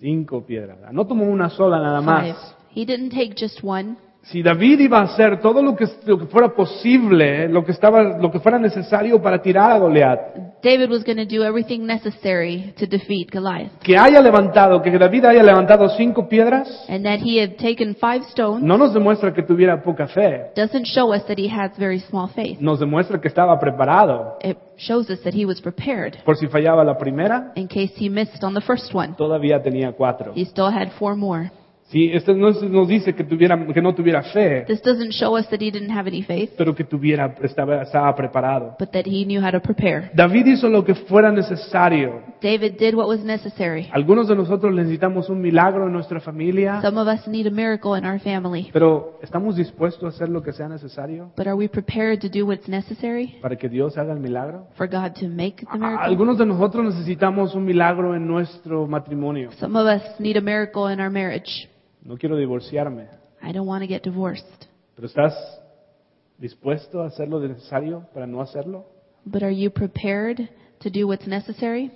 [SPEAKER 3] Cinco piedras. Ah, No tomó una sola nada más.
[SPEAKER 2] He didn't take just one.
[SPEAKER 3] Si David iba a hacer todo lo que, lo que fuera posible, lo que, estaba, lo que fuera necesario para tirar a Goliat,
[SPEAKER 2] David was going to do everything necessary to defeat Goliath.
[SPEAKER 3] que haya levantado, que David haya levantado cinco piedras,
[SPEAKER 2] And that he had taken five stones
[SPEAKER 3] no nos demuestra que tuviera poca fe,
[SPEAKER 2] doesn't show us that he has very small faith.
[SPEAKER 3] nos demuestra que estaba preparado.
[SPEAKER 2] It shows us that he was prepared.
[SPEAKER 3] Por si fallaba la primera,
[SPEAKER 2] In case he missed on the first one,
[SPEAKER 3] todavía tenía cuatro.
[SPEAKER 2] he still had four more.
[SPEAKER 3] Sí, esto no es- nos dice que, tuviera, que no tuviera fe,
[SPEAKER 2] This doesn't show us that he didn't have any faith,
[SPEAKER 3] pero que tuviera, estaba, estaba preparado.
[SPEAKER 2] but that he knew how to prepare.
[SPEAKER 3] David hizo lo que fuera necesario.
[SPEAKER 2] David did what was necessary.
[SPEAKER 3] Algunos de nosotros necesitamos un milagro en nuestra familia,
[SPEAKER 2] Some of us need a miracle in our family,
[SPEAKER 3] pero ¿estamos dispuestos a hacer lo que sea necesario
[SPEAKER 2] but are we prepared to do what's necessary
[SPEAKER 3] para que Dios haga el milagro?
[SPEAKER 2] for God to make the
[SPEAKER 3] A-
[SPEAKER 2] miracle?
[SPEAKER 3] Algunos de nosotros necesitamos un milagro en nuestro matrimonio.
[SPEAKER 2] Some of us need a miracle in our marriage.
[SPEAKER 3] No quiero divorciarme,
[SPEAKER 2] I don't want to get divorced.
[SPEAKER 3] pero ¿estás dispuesto a hacer lo necesario para no hacerlo?
[SPEAKER 2] But are you prepared to do what's necessary?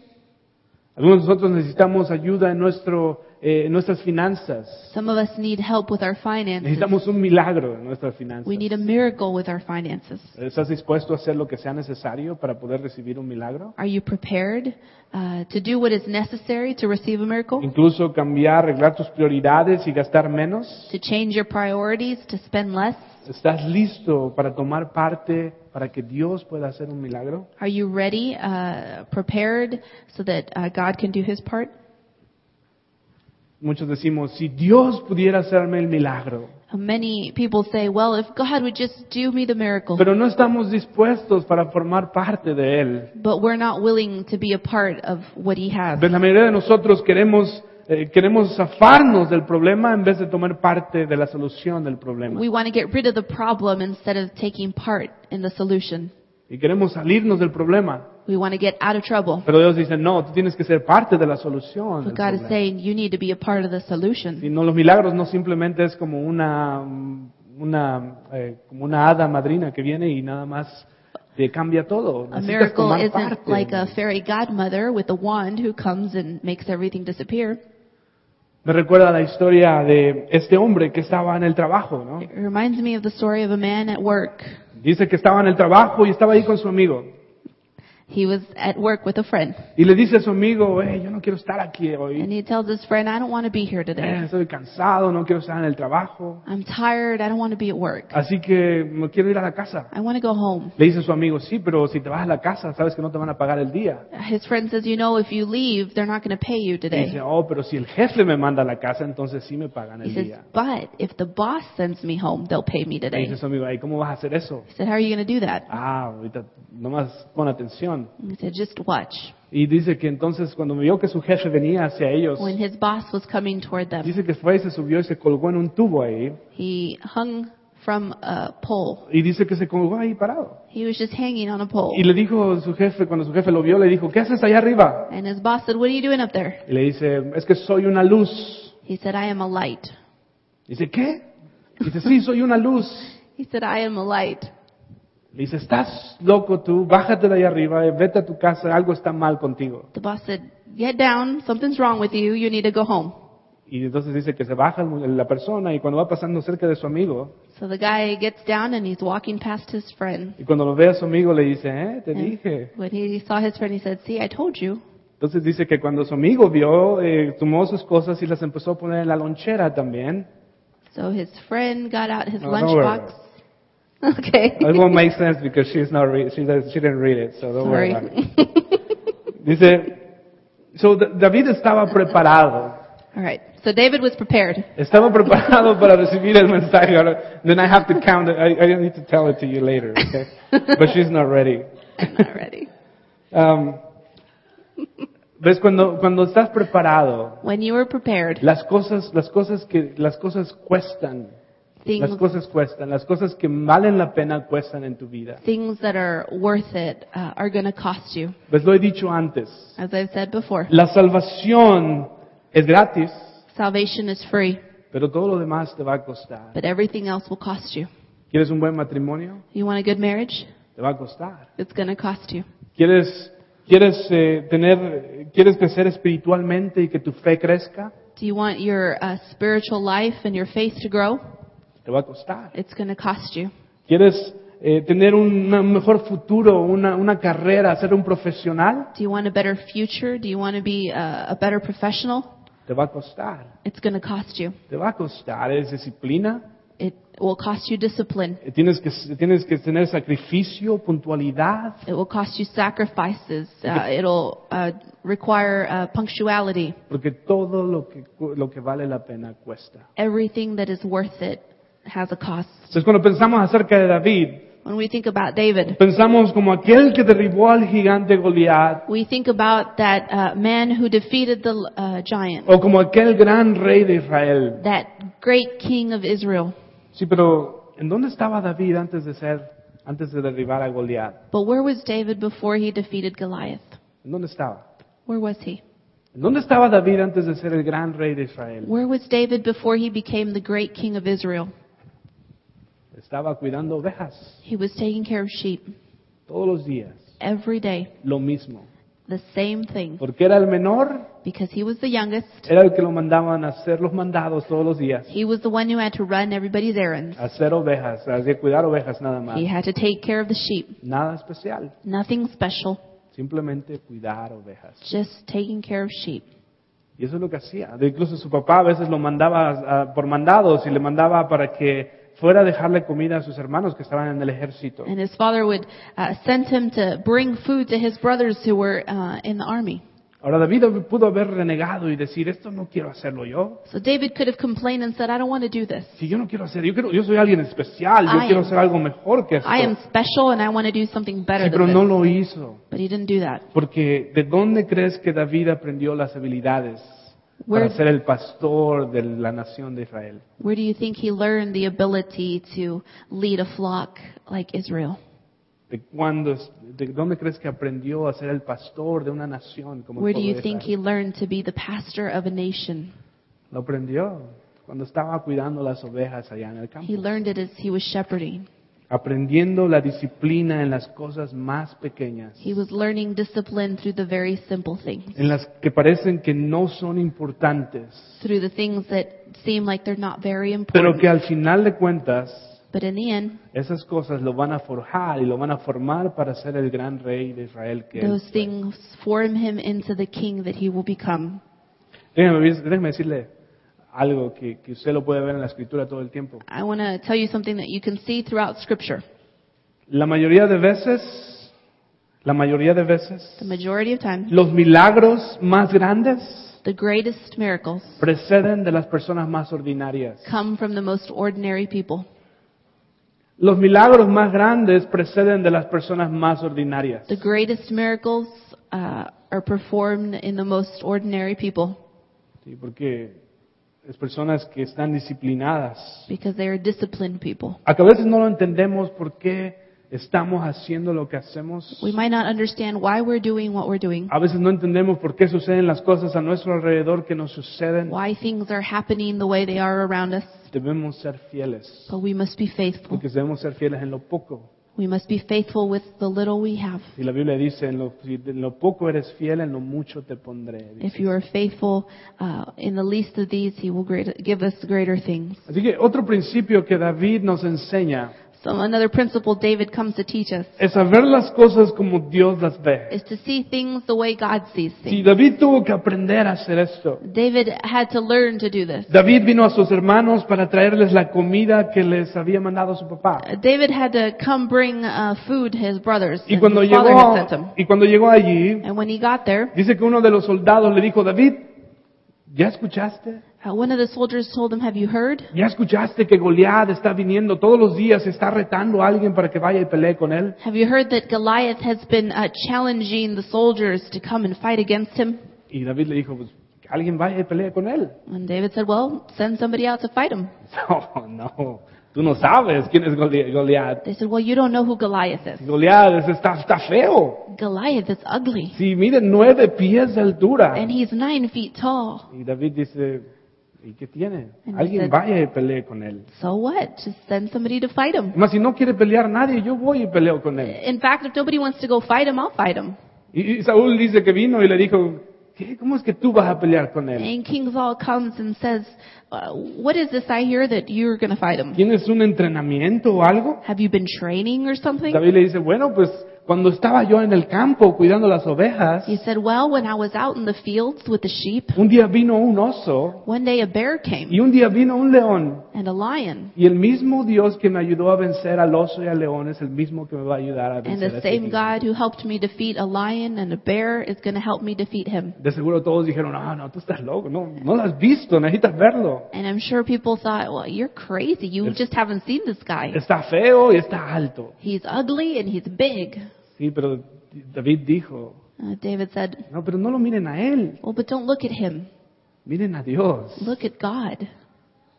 [SPEAKER 3] Algunos de nosotros necesitamos ayuda en, nuestro, eh, en nuestras finanzas.
[SPEAKER 2] Some of us need help with our finances.
[SPEAKER 3] Necesitamos un milagro en nuestras finanzas.
[SPEAKER 2] We need a miracle with our finances.
[SPEAKER 3] ¿Estás dispuesto a hacer lo que sea necesario para poder recibir un milagro?
[SPEAKER 2] Are you prepared uh, to do what is necessary to receive a miracle?
[SPEAKER 3] Incluso cambiar, arreglar tus prioridades y gastar menos.
[SPEAKER 2] To change your priorities, to spend less?
[SPEAKER 3] ¿Estás listo para tomar parte para que Dios pueda hacer un milagro?
[SPEAKER 2] Are you ready, uh, prepared, so that uh, God can do His part?
[SPEAKER 3] Muchos decimos, si Dios pudiera hacerme el milagro,
[SPEAKER 2] Uh, Many people say, well, if God would just do me the miracle,
[SPEAKER 3] Pero no estamos dispuestos para formar parte de Él.
[SPEAKER 2] but we're not willing to be a part of what He has.
[SPEAKER 3] Pues la mayoría de nosotros queremos, eh, queremos zafarnos del problema en vez de tomar parte de la solución del problema.
[SPEAKER 2] We want to get rid of the problem instead of taking part in the solution.
[SPEAKER 3] Y queremos salirnos del problema.
[SPEAKER 2] We want to get out of trouble.
[SPEAKER 3] Pero Dios dice, no, tú tienes que ser parte de la solución. del
[SPEAKER 2] But God is
[SPEAKER 3] problema.
[SPEAKER 2] saying you need to be a part of the
[SPEAKER 3] Y
[SPEAKER 2] solution.
[SPEAKER 3] no, los milagros no simplemente es como una, una, eh, como una hada madrina que viene y nada más te cambia todo.
[SPEAKER 2] A
[SPEAKER 3] Necesitas
[SPEAKER 2] miracle
[SPEAKER 3] tomar
[SPEAKER 2] isn't
[SPEAKER 3] parte.
[SPEAKER 2] like a fairy godmother with a wand who comes and makes everything disappear.
[SPEAKER 3] Me recuerda la historia de este hombre que estaba en el trabajo, ¿no?
[SPEAKER 2] It reminds me of the story of a man at work.
[SPEAKER 3] Dice que estaba en el trabajo y estaba ahí con su amigo.
[SPEAKER 2] He was at work with a friend,
[SPEAKER 3] Y le dice a su amigo, "Eh, yo no quiero estar aquí hoy.
[SPEAKER 2] and he tells his friend, I don't want to be here
[SPEAKER 3] Eh,
[SPEAKER 2] today.
[SPEAKER 3] estoy cansado, no quiero estar en el trabajo.
[SPEAKER 2] I'm tired. I don't want to be at work.
[SPEAKER 3] Así que me quiero ir a la casa.
[SPEAKER 2] I want to go home.
[SPEAKER 3] Le dice a su amigo, sí, pero si te vas a la casa, sabes que no te van a pagar el día.
[SPEAKER 2] His friend says, you know, if you leave, they're not going to pay you
[SPEAKER 3] Y
[SPEAKER 2] today.
[SPEAKER 3] dice, oh, pero si el jefe me manda a la casa, entonces sí me pagan el
[SPEAKER 2] He says,
[SPEAKER 3] día.
[SPEAKER 2] but if the boss sends me home, they'll pay me
[SPEAKER 3] Le
[SPEAKER 2] today.
[SPEAKER 3] dice a su amigo, ay, ¿cómo vas a hacer eso?
[SPEAKER 2] He said, how are you going to do that?
[SPEAKER 3] Ah, ahorita nomás pon atención.
[SPEAKER 2] He said, just watch.
[SPEAKER 3] Y dice que entonces cuando vio que su jefe venía hacia ellos,
[SPEAKER 2] When his boss was coming toward them,
[SPEAKER 3] dice que fue y se subió y se colgó en un tubo ahí.
[SPEAKER 2] he hung from a pole.
[SPEAKER 3] Y dice que se colgó ahí parado.
[SPEAKER 2] He was just hanging on a pole.
[SPEAKER 3] Y le dijo su jefe, cuando su jefe lo vio, le dijo, ¿qué haces allá arriba?
[SPEAKER 2] And his boss said, what are you doing up there?
[SPEAKER 3] Y le dice, es que soy una luz.
[SPEAKER 2] He said, I am a light.
[SPEAKER 3] Dice, ¿qué? Dice, sí, soy una luz.
[SPEAKER 2] He said, I am a light.
[SPEAKER 3] Le dice, estás loco tú, bájate de ahí arriba, eh, vete a tu casa, algo está mal contigo.
[SPEAKER 2] The boss said, get down. Something's wrong with you. You need to go home.
[SPEAKER 3] Y entonces dice que se baja la persona y cuando va pasando cerca de su amigo,
[SPEAKER 2] So the guy gets down and he's walking past his friend.
[SPEAKER 3] y cuando lo ve a su amigo le dice, eh, te
[SPEAKER 2] And
[SPEAKER 3] dije.
[SPEAKER 2] when he saw his friend, he said, see, I told you.
[SPEAKER 3] Entonces dice que cuando su amigo vio, eh, tomó sus cosas y las empezó a poner en la lonchera también.
[SPEAKER 2] So his friend got out his
[SPEAKER 3] No, don't worry
[SPEAKER 2] lunchbox. Okay.
[SPEAKER 3] It won't make sense because she's not re- she, does- she didn't read it, so don't worry
[SPEAKER 2] Sorry.
[SPEAKER 3] about it. Dice, so Da- David estaba preparado.
[SPEAKER 2] All right. So David was prepared.
[SPEAKER 3] Estaba preparado para recibir el mensaje. Ahora, Then I have to count it. I, I need to tell it to you later, okay? But she's not ready.
[SPEAKER 2] I'm not ready.
[SPEAKER 3] Um, ¿Ves? Cuando, cuando estás preparado,
[SPEAKER 2] When you were prepared,
[SPEAKER 3] las cosas, las cosas que, las cosas cuestan. Las
[SPEAKER 2] things
[SPEAKER 3] cosas cuestan. Las cosas que valen la pena cuestan en tu vida.
[SPEAKER 2] things that are worth it uh, are going to cost you.
[SPEAKER 3] Pues lo he dicho antes.
[SPEAKER 2] As I've said before,
[SPEAKER 3] La salvación es gratis,
[SPEAKER 2] salvation is free,
[SPEAKER 3] pero todo lo demás te va a costar.
[SPEAKER 2] but everything else will cost you.
[SPEAKER 3] ¿Quieres un buen matrimonio?
[SPEAKER 2] You want a good marriage?
[SPEAKER 3] Te va a costar.
[SPEAKER 2] It's going to cost you.
[SPEAKER 3] ¿Quieres, quieres eh, tener, quieres crecer espiritualmente y que tu fe crezca?
[SPEAKER 2] Do you want your uh, spiritual life and your faith to grow?
[SPEAKER 3] Te va a costar.
[SPEAKER 2] It's going to cost you.
[SPEAKER 3] ¿Quieres eh, tener un un mejor futuro, una, una carrera, ser un profesional?
[SPEAKER 2] Do you want a better future? Do you want to be uh, a, a better professional?
[SPEAKER 3] Te va a costar.
[SPEAKER 2] It's going to cost you.
[SPEAKER 3] Te va a costar. Es disciplina.
[SPEAKER 2] It will cost you discipline.
[SPEAKER 3] Eh, Tienes que, tienes que tener sacrificio, puntualidad.
[SPEAKER 2] It will cost you sacrifices. Uh, it'll uh, require uh, punctuality.
[SPEAKER 3] Porque todo lo que, cu- lo que vale la pena cuesta.
[SPEAKER 2] Everything that is worth it has a cost.
[SPEAKER 3] Entonces cuando pensamos acerca de David,
[SPEAKER 2] When we think about David,
[SPEAKER 3] pensamos como aquel que derribó al gigante Goliat,
[SPEAKER 2] we think about that uh, man who defeated the uh, giant,
[SPEAKER 3] o como aquel gran rey de Israel.
[SPEAKER 2] that great king of Israel.
[SPEAKER 3] Sí, pero ¿en dónde estaba David antes de ser, antes de derribar a Goliat?
[SPEAKER 2] But where was David before he defeated Goliath?
[SPEAKER 3] ¿En dónde estaba?
[SPEAKER 2] Where was he?
[SPEAKER 3] ¿En dónde estaba David antes de ser el gran rey de Israel?
[SPEAKER 2] Where was David before he became the great king of Israel?
[SPEAKER 3] Estaba cuidando ovejas
[SPEAKER 2] He was taking care of sheep
[SPEAKER 3] todos los días,
[SPEAKER 2] every day,
[SPEAKER 3] lo mismo.
[SPEAKER 2] the same thing,
[SPEAKER 3] Porque era el menor,
[SPEAKER 2] because he was the youngest.
[SPEAKER 3] era el que lo mandaban a hacer los mandados todos los días,
[SPEAKER 2] He was the one who had to run everybody's errands.
[SPEAKER 3] a hacer ovejas, a hacer- cuidar ovejas nada más.
[SPEAKER 2] He had to take care of the sheep.
[SPEAKER 3] Nada especial,
[SPEAKER 2] Nothing special,
[SPEAKER 3] simplemente cuidar ovejas.
[SPEAKER 2] just taking care of sheep.
[SPEAKER 3] Y eso es lo que hacía. De- Incluso su papá a veces lo mandaba a- por mandados y le mandaba para que fuera a dejarle comida a sus hermanos que estaban en el ejército.
[SPEAKER 2] And his father would uh, send him to bring food to his brothers who were uh, in the army.
[SPEAKER 3] Ahora David pudo haber renegado y decir, esto no quiero hacerlo yo.
[SPEAKER 2] So David could have complained and said, I don't want to do this.
[SPEAKER 3] Si yo no quiero hacer, yo, quiero- yo soy alguien especial, yo
[SPEAKER 2] I
[SPEAKER 3] quiero
[SPEAKER 2] am-
[SPEAKER 3] hacer algo mejor que esto.
[SPEAKER 2] I am special and I want to do something better
[SPEAKER 3] Sí, pero
[SPEAKER 2] than
[SPEAKER 3] no
[SPEAKER 2] this.
[SPEAKER 3] lo hizo.
[SPEAKER 2] But he didn't do that.
[SPEAKER 3] Porque ¿de dónde crees que David aprendió las habilidades para
[SPEAKER 2] Where,
[SPEAKER 3] ser el pastor de la nación de Israel?
[SPEAKER 2] where do you think he learned the ability to lead a flock like Israel?
[SPEAKER 3] ¿De, cuándo, es- ¿De dónde crees que aprendió a ser el pastor de una nación como el
[SPEAKER 2] Where do
[SPEAKER 3] pueblo
[SPEAKER 2] you
[SPEAKER 3] de
[SPEAKER 2] think he
[SPEAKER 3] Israel?
[SPEAKER 2] learned to be the pastor of a nation?
[SPEAKER 3] Lo aprendió cuando estaba cuidando las ovejas allá en el campo.
[SPEAKER 2] He learned it as he was shepherding.
[SPEAKER 3] Aprendiendo la disciplina en las cosas más pequeñas.
[SPEAKER 2] He was learning discipline through the very simple things,
[SPEAKER 3] En las que parecen que no son importantes.
[SPEAKER 2] through the things that seem like they're not very
[SPEAKER 3] Pero
[SPEAKER 2] important.
[SPEAKER 3] que al final de cuentas
[SPEAKER 2] But in the end,
[SPEAKER 3] Esas cosas lo van a forjar y lo van a formar para ser el gran rey de Israel que él
[SPEAKER 2] those
[SPEAKER 3] fue.
[SPEAKER 2] things form him into the king that he will become.
[SPEAKER 3] Déjeme, déjeme decirle algo que, que usted lo puede ver en la escritura todo el tiempo.
[SPEAKER 2] I want to tell you something that you can see throughout Scripture.
[SPEAKER 3] La mayoría de veces, la mayoría de veces,
[SPEAKER 2] The majority of time,
[SPEAKER 3] los milagros más grandes
[SPEAKER 2] the greatest miracles
[SPEAKER 3] preceden de las personas más ordinarias.
[SPEAKER 2] come from the most ordinary people.
[SPEAKER 3] Los milagros más grandes preceden de las personas más ordinarias.
[SPEAKER 2] The greatest miracles uh, are performed in the most ordinary people
[SPEAKER 3] Sí, porque es personas que están disciplinadas.
[SPEAKER 2] because they are disciplined people.
[SPEAKER 3] A que a veces no lo entendemos por qué estamos haciendo lo que hacemos.
[SPEAKER 2] We might not understand why we're doing what we're doing,
[SPEAKER 3] A veces no entendemos por qué suceden las cosas a nuestro alrededor que nos suceden.
[SPEAKER 2] why things are happening the way they are around us,
[SPEAKER 3] Debemos ser fieles,
[SPEAKER 2] but we must be faithful.
[SPEAKER 3] porque debemos ser fieles en lo poco.
[SPEAKER 2] We must be faithful with the little we have.
[SPEAKER 3] Y la Biblia dice, en lo, si en lo poco eres fiel, en lo mucho te pondré.
[SPEAKER 2] If you are faithful uh, in the least of these, He will great, give us greater things.
[SPEAKER 3] Así que otro principio que David nos enseña
[SPEAKER 2] So another principle David comes to teach us
[SPEAKER 3] es saber las cosas como Dios las ve.
[SPEAKER 2] is to see things the way God sees
[SPEAKER 3] Si
[SPEAKER 2] things.
[SPEAKER 3] David tuvo que aprender a hacer esto,
[SPEAKER 2] David had to learn to do this.
[SPEAKER 3] David vino a sus hermanos para traerles la comida que les había mandado su papá.
[SPEAKER 2] Uh, David had to come bring uh, food to his brothers.
[SPEAKER 3] Y
[SPEAKER 2] and
[SPEAKER 3] cuando,
[SPEAKER 2] his father had
[SPEAKER 3] llegó,
[SPEAKER 2] sent him.
[SPEAKER 3] y cuando llegó allí,
[SPEAKER 2] And when he got there,
[SPEAKER 3] dice que uno de los soldados le dijo, David, ¿ya escuchaste?
[SPEAKER 2] uh, one of the soldiers told him, "Have you heard?
[SPEAKER 3] ¿Ya escuchaste que Goliat está viniendo todos los días, está retando a alguien para que vaya y pelee con él?
[SPEAKER 2] Have you heard that Goliath has been uh, challenging the soldiers to come and fight against him?"
[SPEAKER 3] Y David le dijo, pues que alguien vaya y pelee con él.
[SPEAKER 2] And David said, "Well, send somebody out to fight him."
[SPEAKER 3] No, no, tú no sabes quién es Goli- Goliat.
[SPEAKER 2] They said, "Well, you don't know who Goliath is.
[SPEAKER 3] Goliat es- está, está feo.
[SPEAKER 2] Goliath is ugly,
[SPEAKER 3] Si mide nueve pies de altura.
[SPEAKER 2] and he's nine feet tall.
[SPEAKER 3] Y David dice, ¿y qué tiene?
[SPEAKER 2] And he
[SPEAKER 3] Alguien
[SPEAKER 2] said-
[SPEAKER 3] vaya y pelee con él.
[SPEAKER 2] So what? Just send somebody to fight him."
[SPEAKER 3] Más si no quiere pelear nadie, yo voy y peleo con él.
[SPEAKER 2] In fact, if nobody wants to go fight him, I'll fight him.
[SPEAKER 3] Y, y Saúl dice que vino y le dijo, ¿qué? ¿Cómo es que tú vas a pelear con él?
[SPEAKER 2] And King Saul comes and says, uh, "What is this I hear that you're going to fight him?
[SPEAKER 3] ¿Tienes un entrenamiento o algo?
[SPEAKER 2] Have you been training or something?"
[SPEAKER 3] David le dice, bueno, pues cuando estaba yo en el campo cuidando las ovejas,
[SPEAKER 2] He said, "Well, when I was out in the fields with the sheep,
[SPEAKER 3] un día vino un oso
[SPEAKER 2] one day a bear came
[SPEAKER 3] y un día vino un león.
[SPEAKER 2] and a lion,
[SPEAKER 3] Y el mismo Dios que me ayudó a vencer al oso y al león es el mismo que me va a ayudar a
[SPEAKER 2] and
[SPEAKER 3] vencer
[SPEAKER 2] the
[SPEAKER 3] a ti.
[SPEAKER 2] same God who helped me defeat a lion and a bear is going to help me defeat him."
[SPEAKER 3] De seguro todos dijeron, no, no, tú estás loco, no, no lo has visto, necesitas verlo.
[SPEAKER 2] And I'm sure people thought, "Well, you're crazy. You
[SPEAKER 3] Yes.
[SPEAKER 2] just haven't seen this guy.
[SPEAKER 3] Está feo y está alto.
[SPEAKER 2] He's ugly and he's big."
[SPEAKER 3] Sí, pero David dijo,
[SPEAKER 2] Uh, David said,
[SPEAKER 3] no, pero no lo miren a él,
[SPEAKER 2] "Well, but don't look at him.
[SPEAKER 3] miren a Dios.
[SPEAKER 2] Look at God."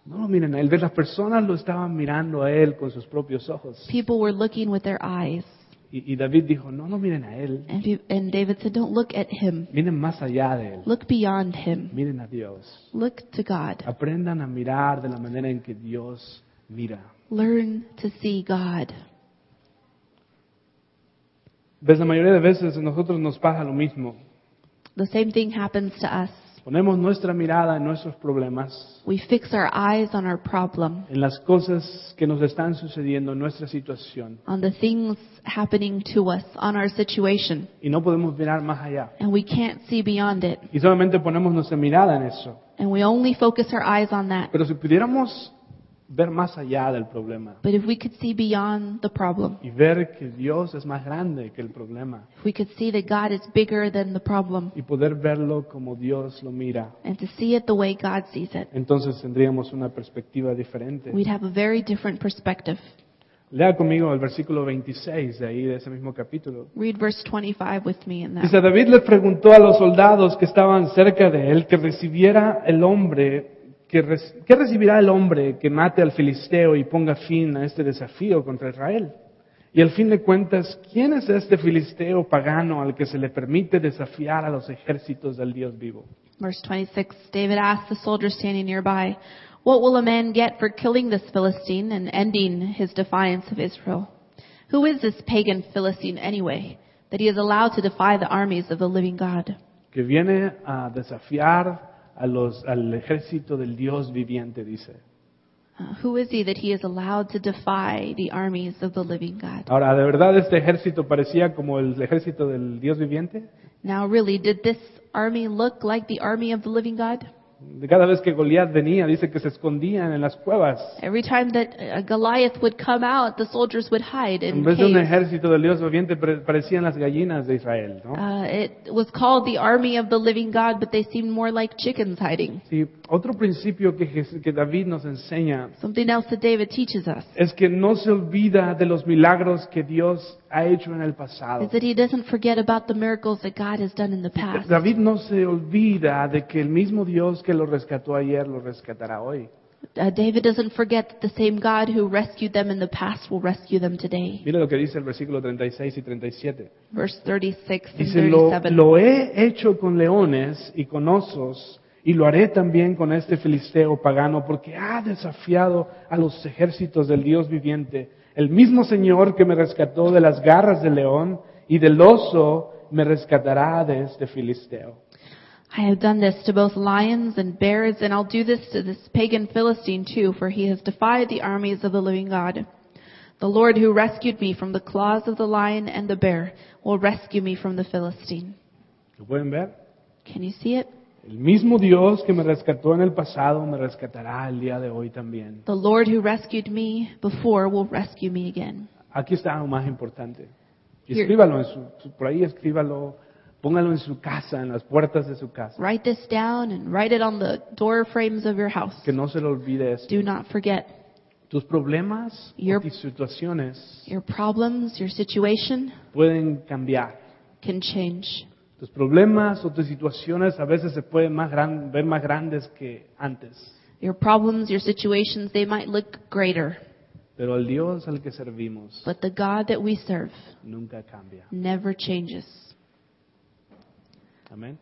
[SPEAKER 3] No lo miren a él, las personas lo estaban mirando a él con sus propios ojos.
[SPEAKER 2] People were looking with their eyes.
[SPEAKER 3] Y, y David dijo, no lo miren a él,
[SPEAKER 2] And, pe- and David said, Don't look at him.
[SPEAKER 3] miren más allá de él,
[SPEAKER 2] Look beyond him.
[SPEAKER 3] miren a Dios.
[SPEAKER 2] Look to God.
[SPEAKER 3] Aprendan a mirar de la manera en que Dios mira.
[SPEAKER 2] Learn to see God.
[SPEAKER 3] Ves, la mayoría de veces a nosotros nos pasa lo mismo.
[SPEAKER 2] The same thing happens to us.
[SPEAKER 3] Ponemos nuestra mirada en nuestros problemas,
[SPEAKER 2] We fix our eyes on our problem,
[SPEAKER 3] en las cosas que nos están sucediendo, en nuestra situación,
[SPEAKER 2] on the things happening to us, on our situation,
[SPEAKER 3] y no podemos mirar más allá.
[SPEAKER 2] and we can't see beyond it.
[SPEAKER 3] Y solamente ponemos nuestra mirada en eso.
[SPEAKER 2] And we only focus our eyes on that.
[SPEAKER 3] Pero si pudiéramos ver más allá del problema
[SPEAKER 2] But if we could see beyond the problem,
[SPEAKER 3] y ver que Dios es más grande que el problema
[SPEAKER 2] if we could see that God is bigger than the problem,
[SPEAKER 3] y poder verlo como Dios lo mira,
[SPEAKER 2] and to see it the way God sees it,
[SPEAKER 3] entonces tendríamos una perspectiva diferente.
[SPEAKER 2] we'd have a very different perspective.
[SPEAKER 3] Lea conmigo el versículo 26 de ahí, de ese mismo capítulo.
[SPEAKER 2] Read verse 25 with me in that.
[SPEAKER 3] Dice, David le preguntó a los soldados que estaban cerca de él que recibiera el hombre, que, rec- ¿qué recibirá el hombre que mate al filisteo y ponga fin a este desafío contra Israel? Y al fin de cuentas, ¿quién es este filisteo pagano al que se le permite desafiar a los ejércitos del Dios vivo?
[SPEAKER 2] Verse 26, David asked the soldier standing nearby, What will a man get for killing this Philistine and ending his defiance of Israel? Who is this pagan Philistine anyway, that he is allowed to defy the armies of the living God?
[SPEAKER 3] Que viene a desafiar a los, al ejército del Dios viviente, dice.
[SPEAKER 2] Uh, who is he that he is allowed to defy the armies of the living God?
[SPEAKER 3] Ahora, ¿de verdad este ejército parecía como el ejército del Dios viviente?
[SPEAKER 2] Now really, did this army look like the army of the living God?
[SPEAKER 3] Cada vez que Goliat venía, dice que se escondían en las cuevas.
[SPEAKER 2] Every time that uh, Goliath would come out, the soldiers would hide
[SPEAKER 3] En
[SPEAKER 2] in
[SPEAKER 3] vez de un
[SPEAKER 2] caves.
[SPEAKER 3] ejército del Dios viviente, pare- parecían las gallinas de Israel, ¿no?
[SPEAKER 2] Uh, it was called the army of the living God, but they seemed more like chickens hiding.
[SPEAKER 3] Sí, otro principio que, Jes- que David nos enseña
[SPEAKER 2] Something else that David teaches us
[SPEAKER 3] es que no se olvida de los milagros que Dios ha hecho en el pasado.
[SPEAKER 2] is that he doesn't forget about the miracles that God has done in the past.
[SPEAKER 3] David no se olvida de que el mismo Dios que lo rescató ayer lo rescatará hoy.
[SPEAKER 2] Uh, David doesn't forget that the same God who rescued them in the past will rescue them today.
[SPEAKER 3] Mira lo que dice el versículo 36 y 37.
[SPEAKER 2] Verse 36 and
[SPEAKER 3] Dice, lo,
[SPEAKER 2] 37.
[SPEAKER 3] lo he hecho con leones y con osos, y lo haré también con este filisteo pagano, porque ha desafiado a los ejércitos del Dios viviente. El mismo Señor que me rescató de las garras del león y del oso, me rescatará de este filisteo.
[SPEAKER 2] I have done this to both lions and bears, and I'll do this to this pagan Philistine too, for he has defied the armies of the living God. The Lord who rescued me from the claws of the lion and the bear will rescue me from the Philistine.
[SPEAKER 3] ¿Lo pueden ver?
[SPEAKER 2] Can you see it?
[SPEAKER 3] El mismo Dios que me rescató en el pasado, me rescatará el día de hoy también.
[SPEAKER 2] The Lord who rescued me before will rescue me again.
[SPEAKER 3] Aquí está lo más importante. Y
[SPEAKER 2] Here.
[SPEAKER 3] Escríbalo en su- su- por ahí escríbalo, póngalo en su casa, en las puertas de su casa.
[SPEAKER 2] Write this down and write it on the door frames of your house.
[SPEAKER 3] Que no se le olvide esto.
[SPEAKER 2] Do not forget
[SPEAKER 3] Tus problemas y
[SPEAKER 2] Your-
[SPEAKER 3] tus situaciones
[SPEAKER 2] your problems, your situation
[SPEAKER 3] pueden cambiar.
[SPEAKER 2] can change.
[SPEAKER 3] Tus problemas o tus situaciones a veces se pueden más gran- ver más grandes que antes.
[SPEAKER 2] Your problems, your situations, they might look greater.
[SPEAKER 3] Pero el Dios al que servimos
[SPEAKER 2] But the God that we serve
[SPEAKER 3] nunca cambia.
[SPEAKER 2] never changes.
[SPEAKER 3] Amén.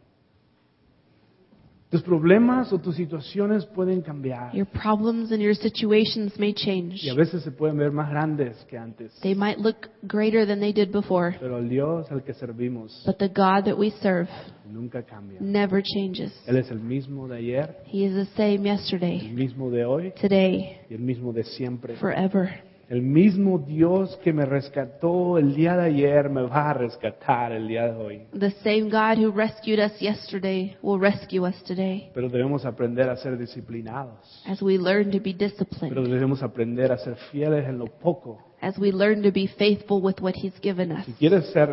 [SPEAKER 3] Tus problemas o tus situaciones pueden cambiar.
[SPEAKER 2] Your problems and your situations may change.
[SPEAKER 3] Y a veces se pueden ver más grandes que antes.
[SPEAKER 2] They might look greater than they did before.
[SPEAKER 3] Pero el Dios al que servimos
[SPEAKER 2] But the God that we serve
[SPEAKER 3] nunca cambia.
[SPEAKER 2] never changes.
[SPEAKER 3] Él es el mismo de ayer,
[SPEAKER 2] He is the same
[SPEAKER 3] el
[SPEAKER 2] yesterday,
[SPEAKER 3] mismo de hoy
[SPEAKER 2] today,
[SPEAKER 3] y el mismo de siempre.
[SPEAKER 2] forever.
[SPEAKER 3] El mismo Dios que me rescató el día de ayer me va a rescatar el día de hoy.
[SPEAKER 2] The same God who rescued us yesterday will rescue us today
[SPEAKER 3] Pero debemos aprender a ser disciplinados.
[SPEAKER 2] as we learn to be
[SPEAKER 3] Pero
[SPEAKER 2] disciplined,
[SPEAKER 3] debemos aprender a ser fieles en lo poco.
[SPEAKER 2] as we learn to be faithful with what He's given us.
[SPEAKER 3] Si quieres ser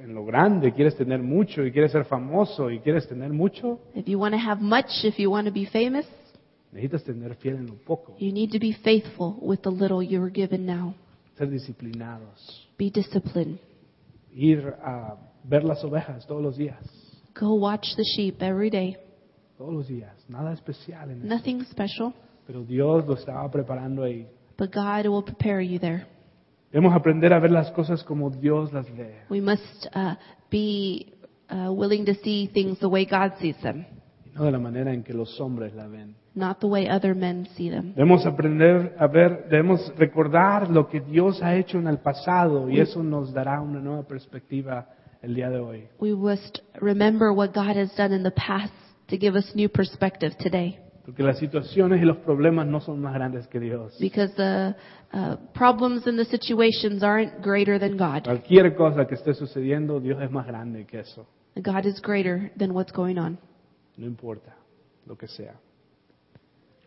[SPEAKER 3] en lo grande, quieres tener mucho y quieres ser famoso y quieres tener mucho,
[SPEAKER 2] If you want to have much, if you want to be famous,
[SPEAKER 3] necesitas tener fiel en lo poco.
[SPEAKER 2] you need to be faithful with the little you are given now.
[SPEAKER 3] Ser disciplinados.
[SPEAKER 2] Be disciplined.
[SPEAKER 3] Ir a ver las ovejas todos los días.
[SPEAKER 2] Go watch the sheep every day.
[SPEAKER 3] Todos los días. Nada especial en eso.
[SPEAKER 2] Nothing special,
[SPEAKER 3] Pero Dios lo estaba preparando ahí.
[SPEAKER 2] but God will prepare you there.
[SPEAKER 3] Debemos aprender a ver las cosas como Dios las ve.
[SPEAKER 2] We must uh, be uh, willing to see things the way God sees them,
[SPEAKER 3] y no de la manera en que los hombres la ven.
[SPEAKER 2] not the way other men see them.
[SPEAKER 3] Debemos aprender a ver, debemos recordar lo que Dios ha hecho en el pasado y eso nos dará una nueva perspectiva el día de hoy.
[SPEAKER 2] We must remember what God has done in the past to give us new perspective today,
[SPEAKER 3] Porque las situaciones y los problemas no son más grandes que Dios.
[SPEAKER 2] because the uh, problems and the situations aren't greater than God.
[SPEAKER 3] Cualquier cosa que esté sucediendo, Dios es más grande que eso.
[SPEAKER 2] God is greater than what's going on.
[SPEAKER 3] No importa lo que sea.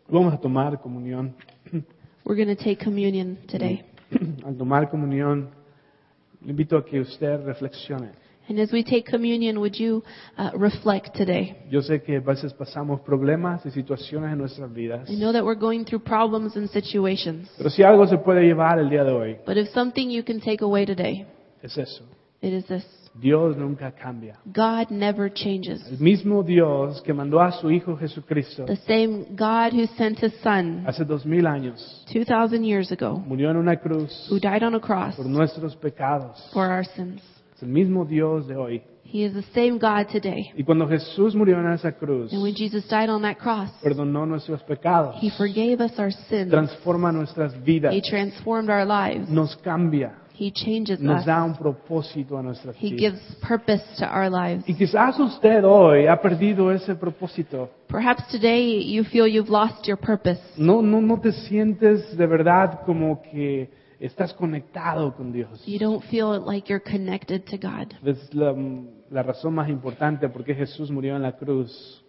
[SPEAKER 3] Vamos a tomar comunión.
[SPEAKER 2] We're going to take communion today.
[SPEAKER 3] Al tomar comunión, le invito a que usted reflexione.
[SPEAKER 2] And as we take communion, would you uh, reflect today?
[SPEAKER 3] Yo sé que a veces pasamos problemas y situaciones en nuestras vidas,
[SPEAKER 2] I know that we're going through problems and situations,
[SPEAKER 3] pero si algo se puede llevar el día de hoy,
[SPEAKER 2] but if something you can take away today,
[SPEAKER 3] es eso.
[SPEAKER 2] it is this
[SPEAKER 3] Dios nunca cambia.
[SPEAKER 2] God never changes.
[SPEAKER 3] El mismo Dios que mandó a su Hijo Jesucristo
[SPEAKER 2] The same God who sent his son
[SPEAKER 3] hace dos mil años,
[SPEAKER 2] 2,000 years ago,
[SPEAKER 3] murió en una cruz
[SPEAKER 2] who died on a cross
[SPEAKER 3] por nuestros pecados.
[SPEAKER 2] for our sins,
[SPEAKER 3] Es el mismo Dios de hoy.
[SPEAKER 2] he is the same God today.
[SPEAKER 3] Y cuando Jesús murió en esa cruz,
[SPEAKER 2] And when Jesus died on that cross,
[SPEAKER 3] perdonó nuestros pecados,
[SPEAKER 2] he forgave us our sins,
[SPEAKER 3] transforma nuestras vidas,
[SPEAKER 2] he transformed our lives,
[SPEAKER 3] nos cambia,
[SPEAKER 2] he changes
[SPEAKER 3] nos da
[SPEAKER 2] us,
[SPEAKER 3] un propósito a nuestras
[SPEAKER 2] he
[SPEAKER 3] vidas.
[SPEAKER 2] gives purpose to our lives.
[SPEAKER 3] Y quizás usted hoy ha perdido ese propósito.
[SPEAKER 2] Perhaps today you feel you've lost your purpose.
[SPEAKER 3] No, no, no te sientes de verdad como que estás conectado con Dios.
[SPEAKER 2] You don't feel like you're connected to God.
[SPEAKER 3] Es la, la razón más importante por qué Jesús murió en la cruz.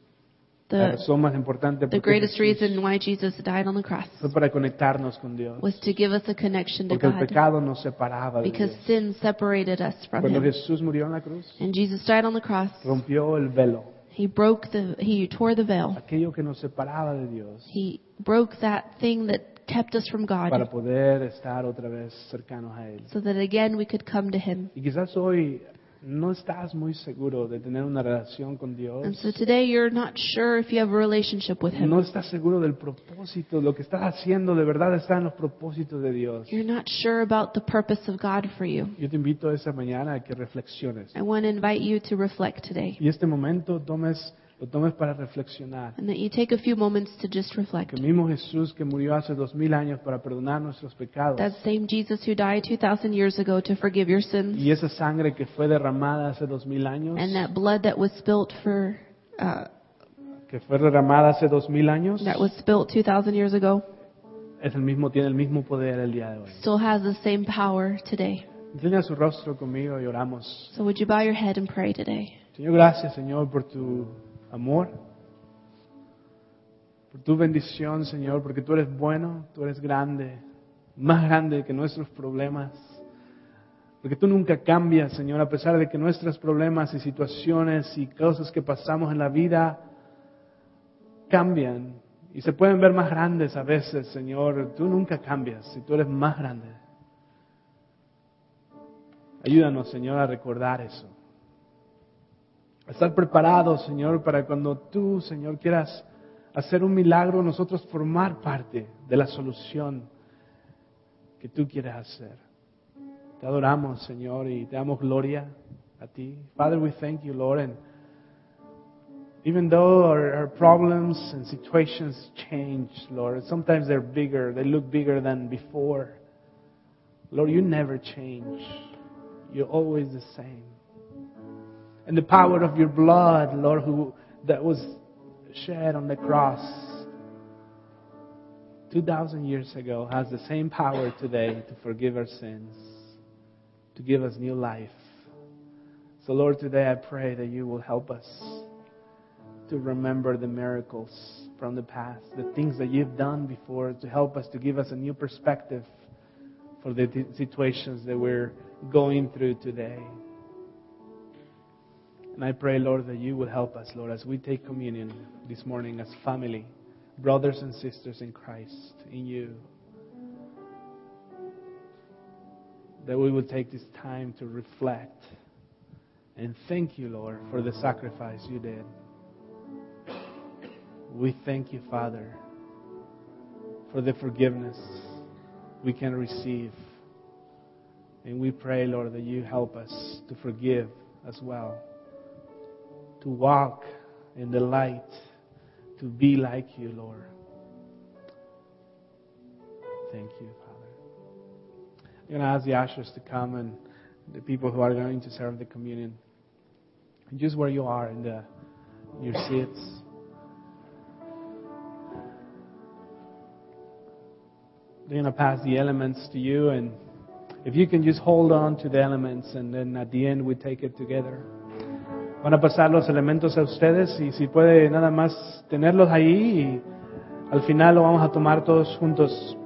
[SPEAKER 3] la
[SPEAKER 2] The,
[SPEAKER 3] razón más importante
[SPEAKER 2] the
[SPEAKER 3] por qué
[SPEAKER 2] greatest
[SPEAKER 3] Jesús
[SPEAKER 2] reason why Jesus died on the cross
[SPEAKER 3] fue para conectarnos con Dios.
[SPEAKER 2] was to give us a connection to
[SPEAKER 3] Porque el
[SPEAKER 2] God
[SPEAKER 3] pecado nos separaba de
[SPEAKER 2] because
[SPEAKER 3] Dios.
[SPEAKER 2] sin separated us from
[SPEAKER 3] Cuando
[SPEAKER 2] Him.
[SPEAKER 3] Jesús murió en la cruz,
[SPEAKER 2] And Jesus died on the cross.
[SPEAKER 3] rompió el velo,
[SPEAKER 2] He broke the, he tore the veil.
[SPEAKER 3] aquello que nos separaba de Dios,
[SPEAKER 2] He broke that thing that kept us from
[SPEAKER 3] para
[SPEAKER 2] God
[SPEAKER 3] poder estar otra vez cercanos a Él.
[SPEAKER 2] so that again we could come to Him.
[SPEAKER 3] Y quizás hoy no estás muy seguro de tener una relación con
[SPEAKER 2] And
[SPEAKER 3] Dios.
[SPEAKER 2] so today you're not sure if you have a relationship with
[SPEAKER 3] No
[SPEAKER 2] Him.
[SPEAKER 3] estás seguro del propósito, lo que estás haciendo de verdad está en los propósitos de Dios.
[SPEAKER 2] You're not sure about the purpose of God for you.
[SPEAKER 3] Yo te invito esta mañana a que reflexiones.
[SPEAKER 2] I want to invite you to reflect today
[SPEAKER 3] Y este momento tomes, lo tomes para reflexionar.
[SPEAKER 2] and that you take a few moments to just reflect.
[SPEAKER 3] Que el mismo Jesús que murió hace dos mil años para perdonar nuestros pecados
[SPEAKER 2] That same Jesus who died 2,000 years ago to forgive your sins
[SPEAKER 3] y esa sangre que fue derramada hace dos mil años,
[SPEAKER 2] and that blood that was spilt for, uh,
[SPEAKER 3] que fue derramada hace dos mil años,
[SPEAKER 2] that was spilt 2,000 years ago
[SPEAKER 3] es el mismo, tiene el mismo poder el día de hoy.
[SPEAKER 2] still has the same power today.
[SPEAKER 3] Inclina su rostro conmigo y oramos.
[SPEAKER 2] So would you bow your head and pray today?
[SPEAKER 3] Señor, gracias, Señor, por tu amor, por tu bendición, Señor, porque tú eres bueno, tú eres grande, más grande que nuestros problemas. Porque tú nunca cambias, Señor, a pesar de que nuestros problemas y situaciones y cosas que pasamos en la vida cambian y se pueden ver más grandes a veces, Señor. Tú nunca cambias y tú eres más grande. Ayúdanos, Señor, a recordar eso a estar preparados, Señor, para cuando tú, Señor, quieras hacer un milagro, nosotros formar parte de la solución que tú quieres hacer. Te adoramos, Señor, y te damos gloria a ti. Father, we thank you, Lord, and even though our, our problems and situations change, Lord, sometimes they're bigger, they look bigger than before. Lord, you never change. You're always the same and the power of your blood, Lord, who that was shed on the cross 2,000 years ago has the same power today to forgive our sins, to give us new life. So, Lord, today I pray that you will help us to remember the miracles from the past, the things that you've done before, to help us to give us a new perspective for the t- situations that we're going through today. And I pray, Lord, that you will help us, Lord, as we take communion this morning as family, brothers and sisters in Christ, in you. That we will take this time to reflect and thank you, Lord, for the sacrifice you did. We thank you, Father, for the forgiveness we can receive. And we pray, Lord, that you help us to forgive as well to walk in the light, to be like you, Lord. Thank you, Father. I'm going to ask the ushers to come and the people who are going to serve the communion. And just where you are in the, your seats. They're going to pass the elements to you, and if you can just hold on to the elements, and then at the end we take it together. Van a pasar los elementos a ustedes y si puede nada más tenerlos ahí y Al final lo vamos a tomar todos juntos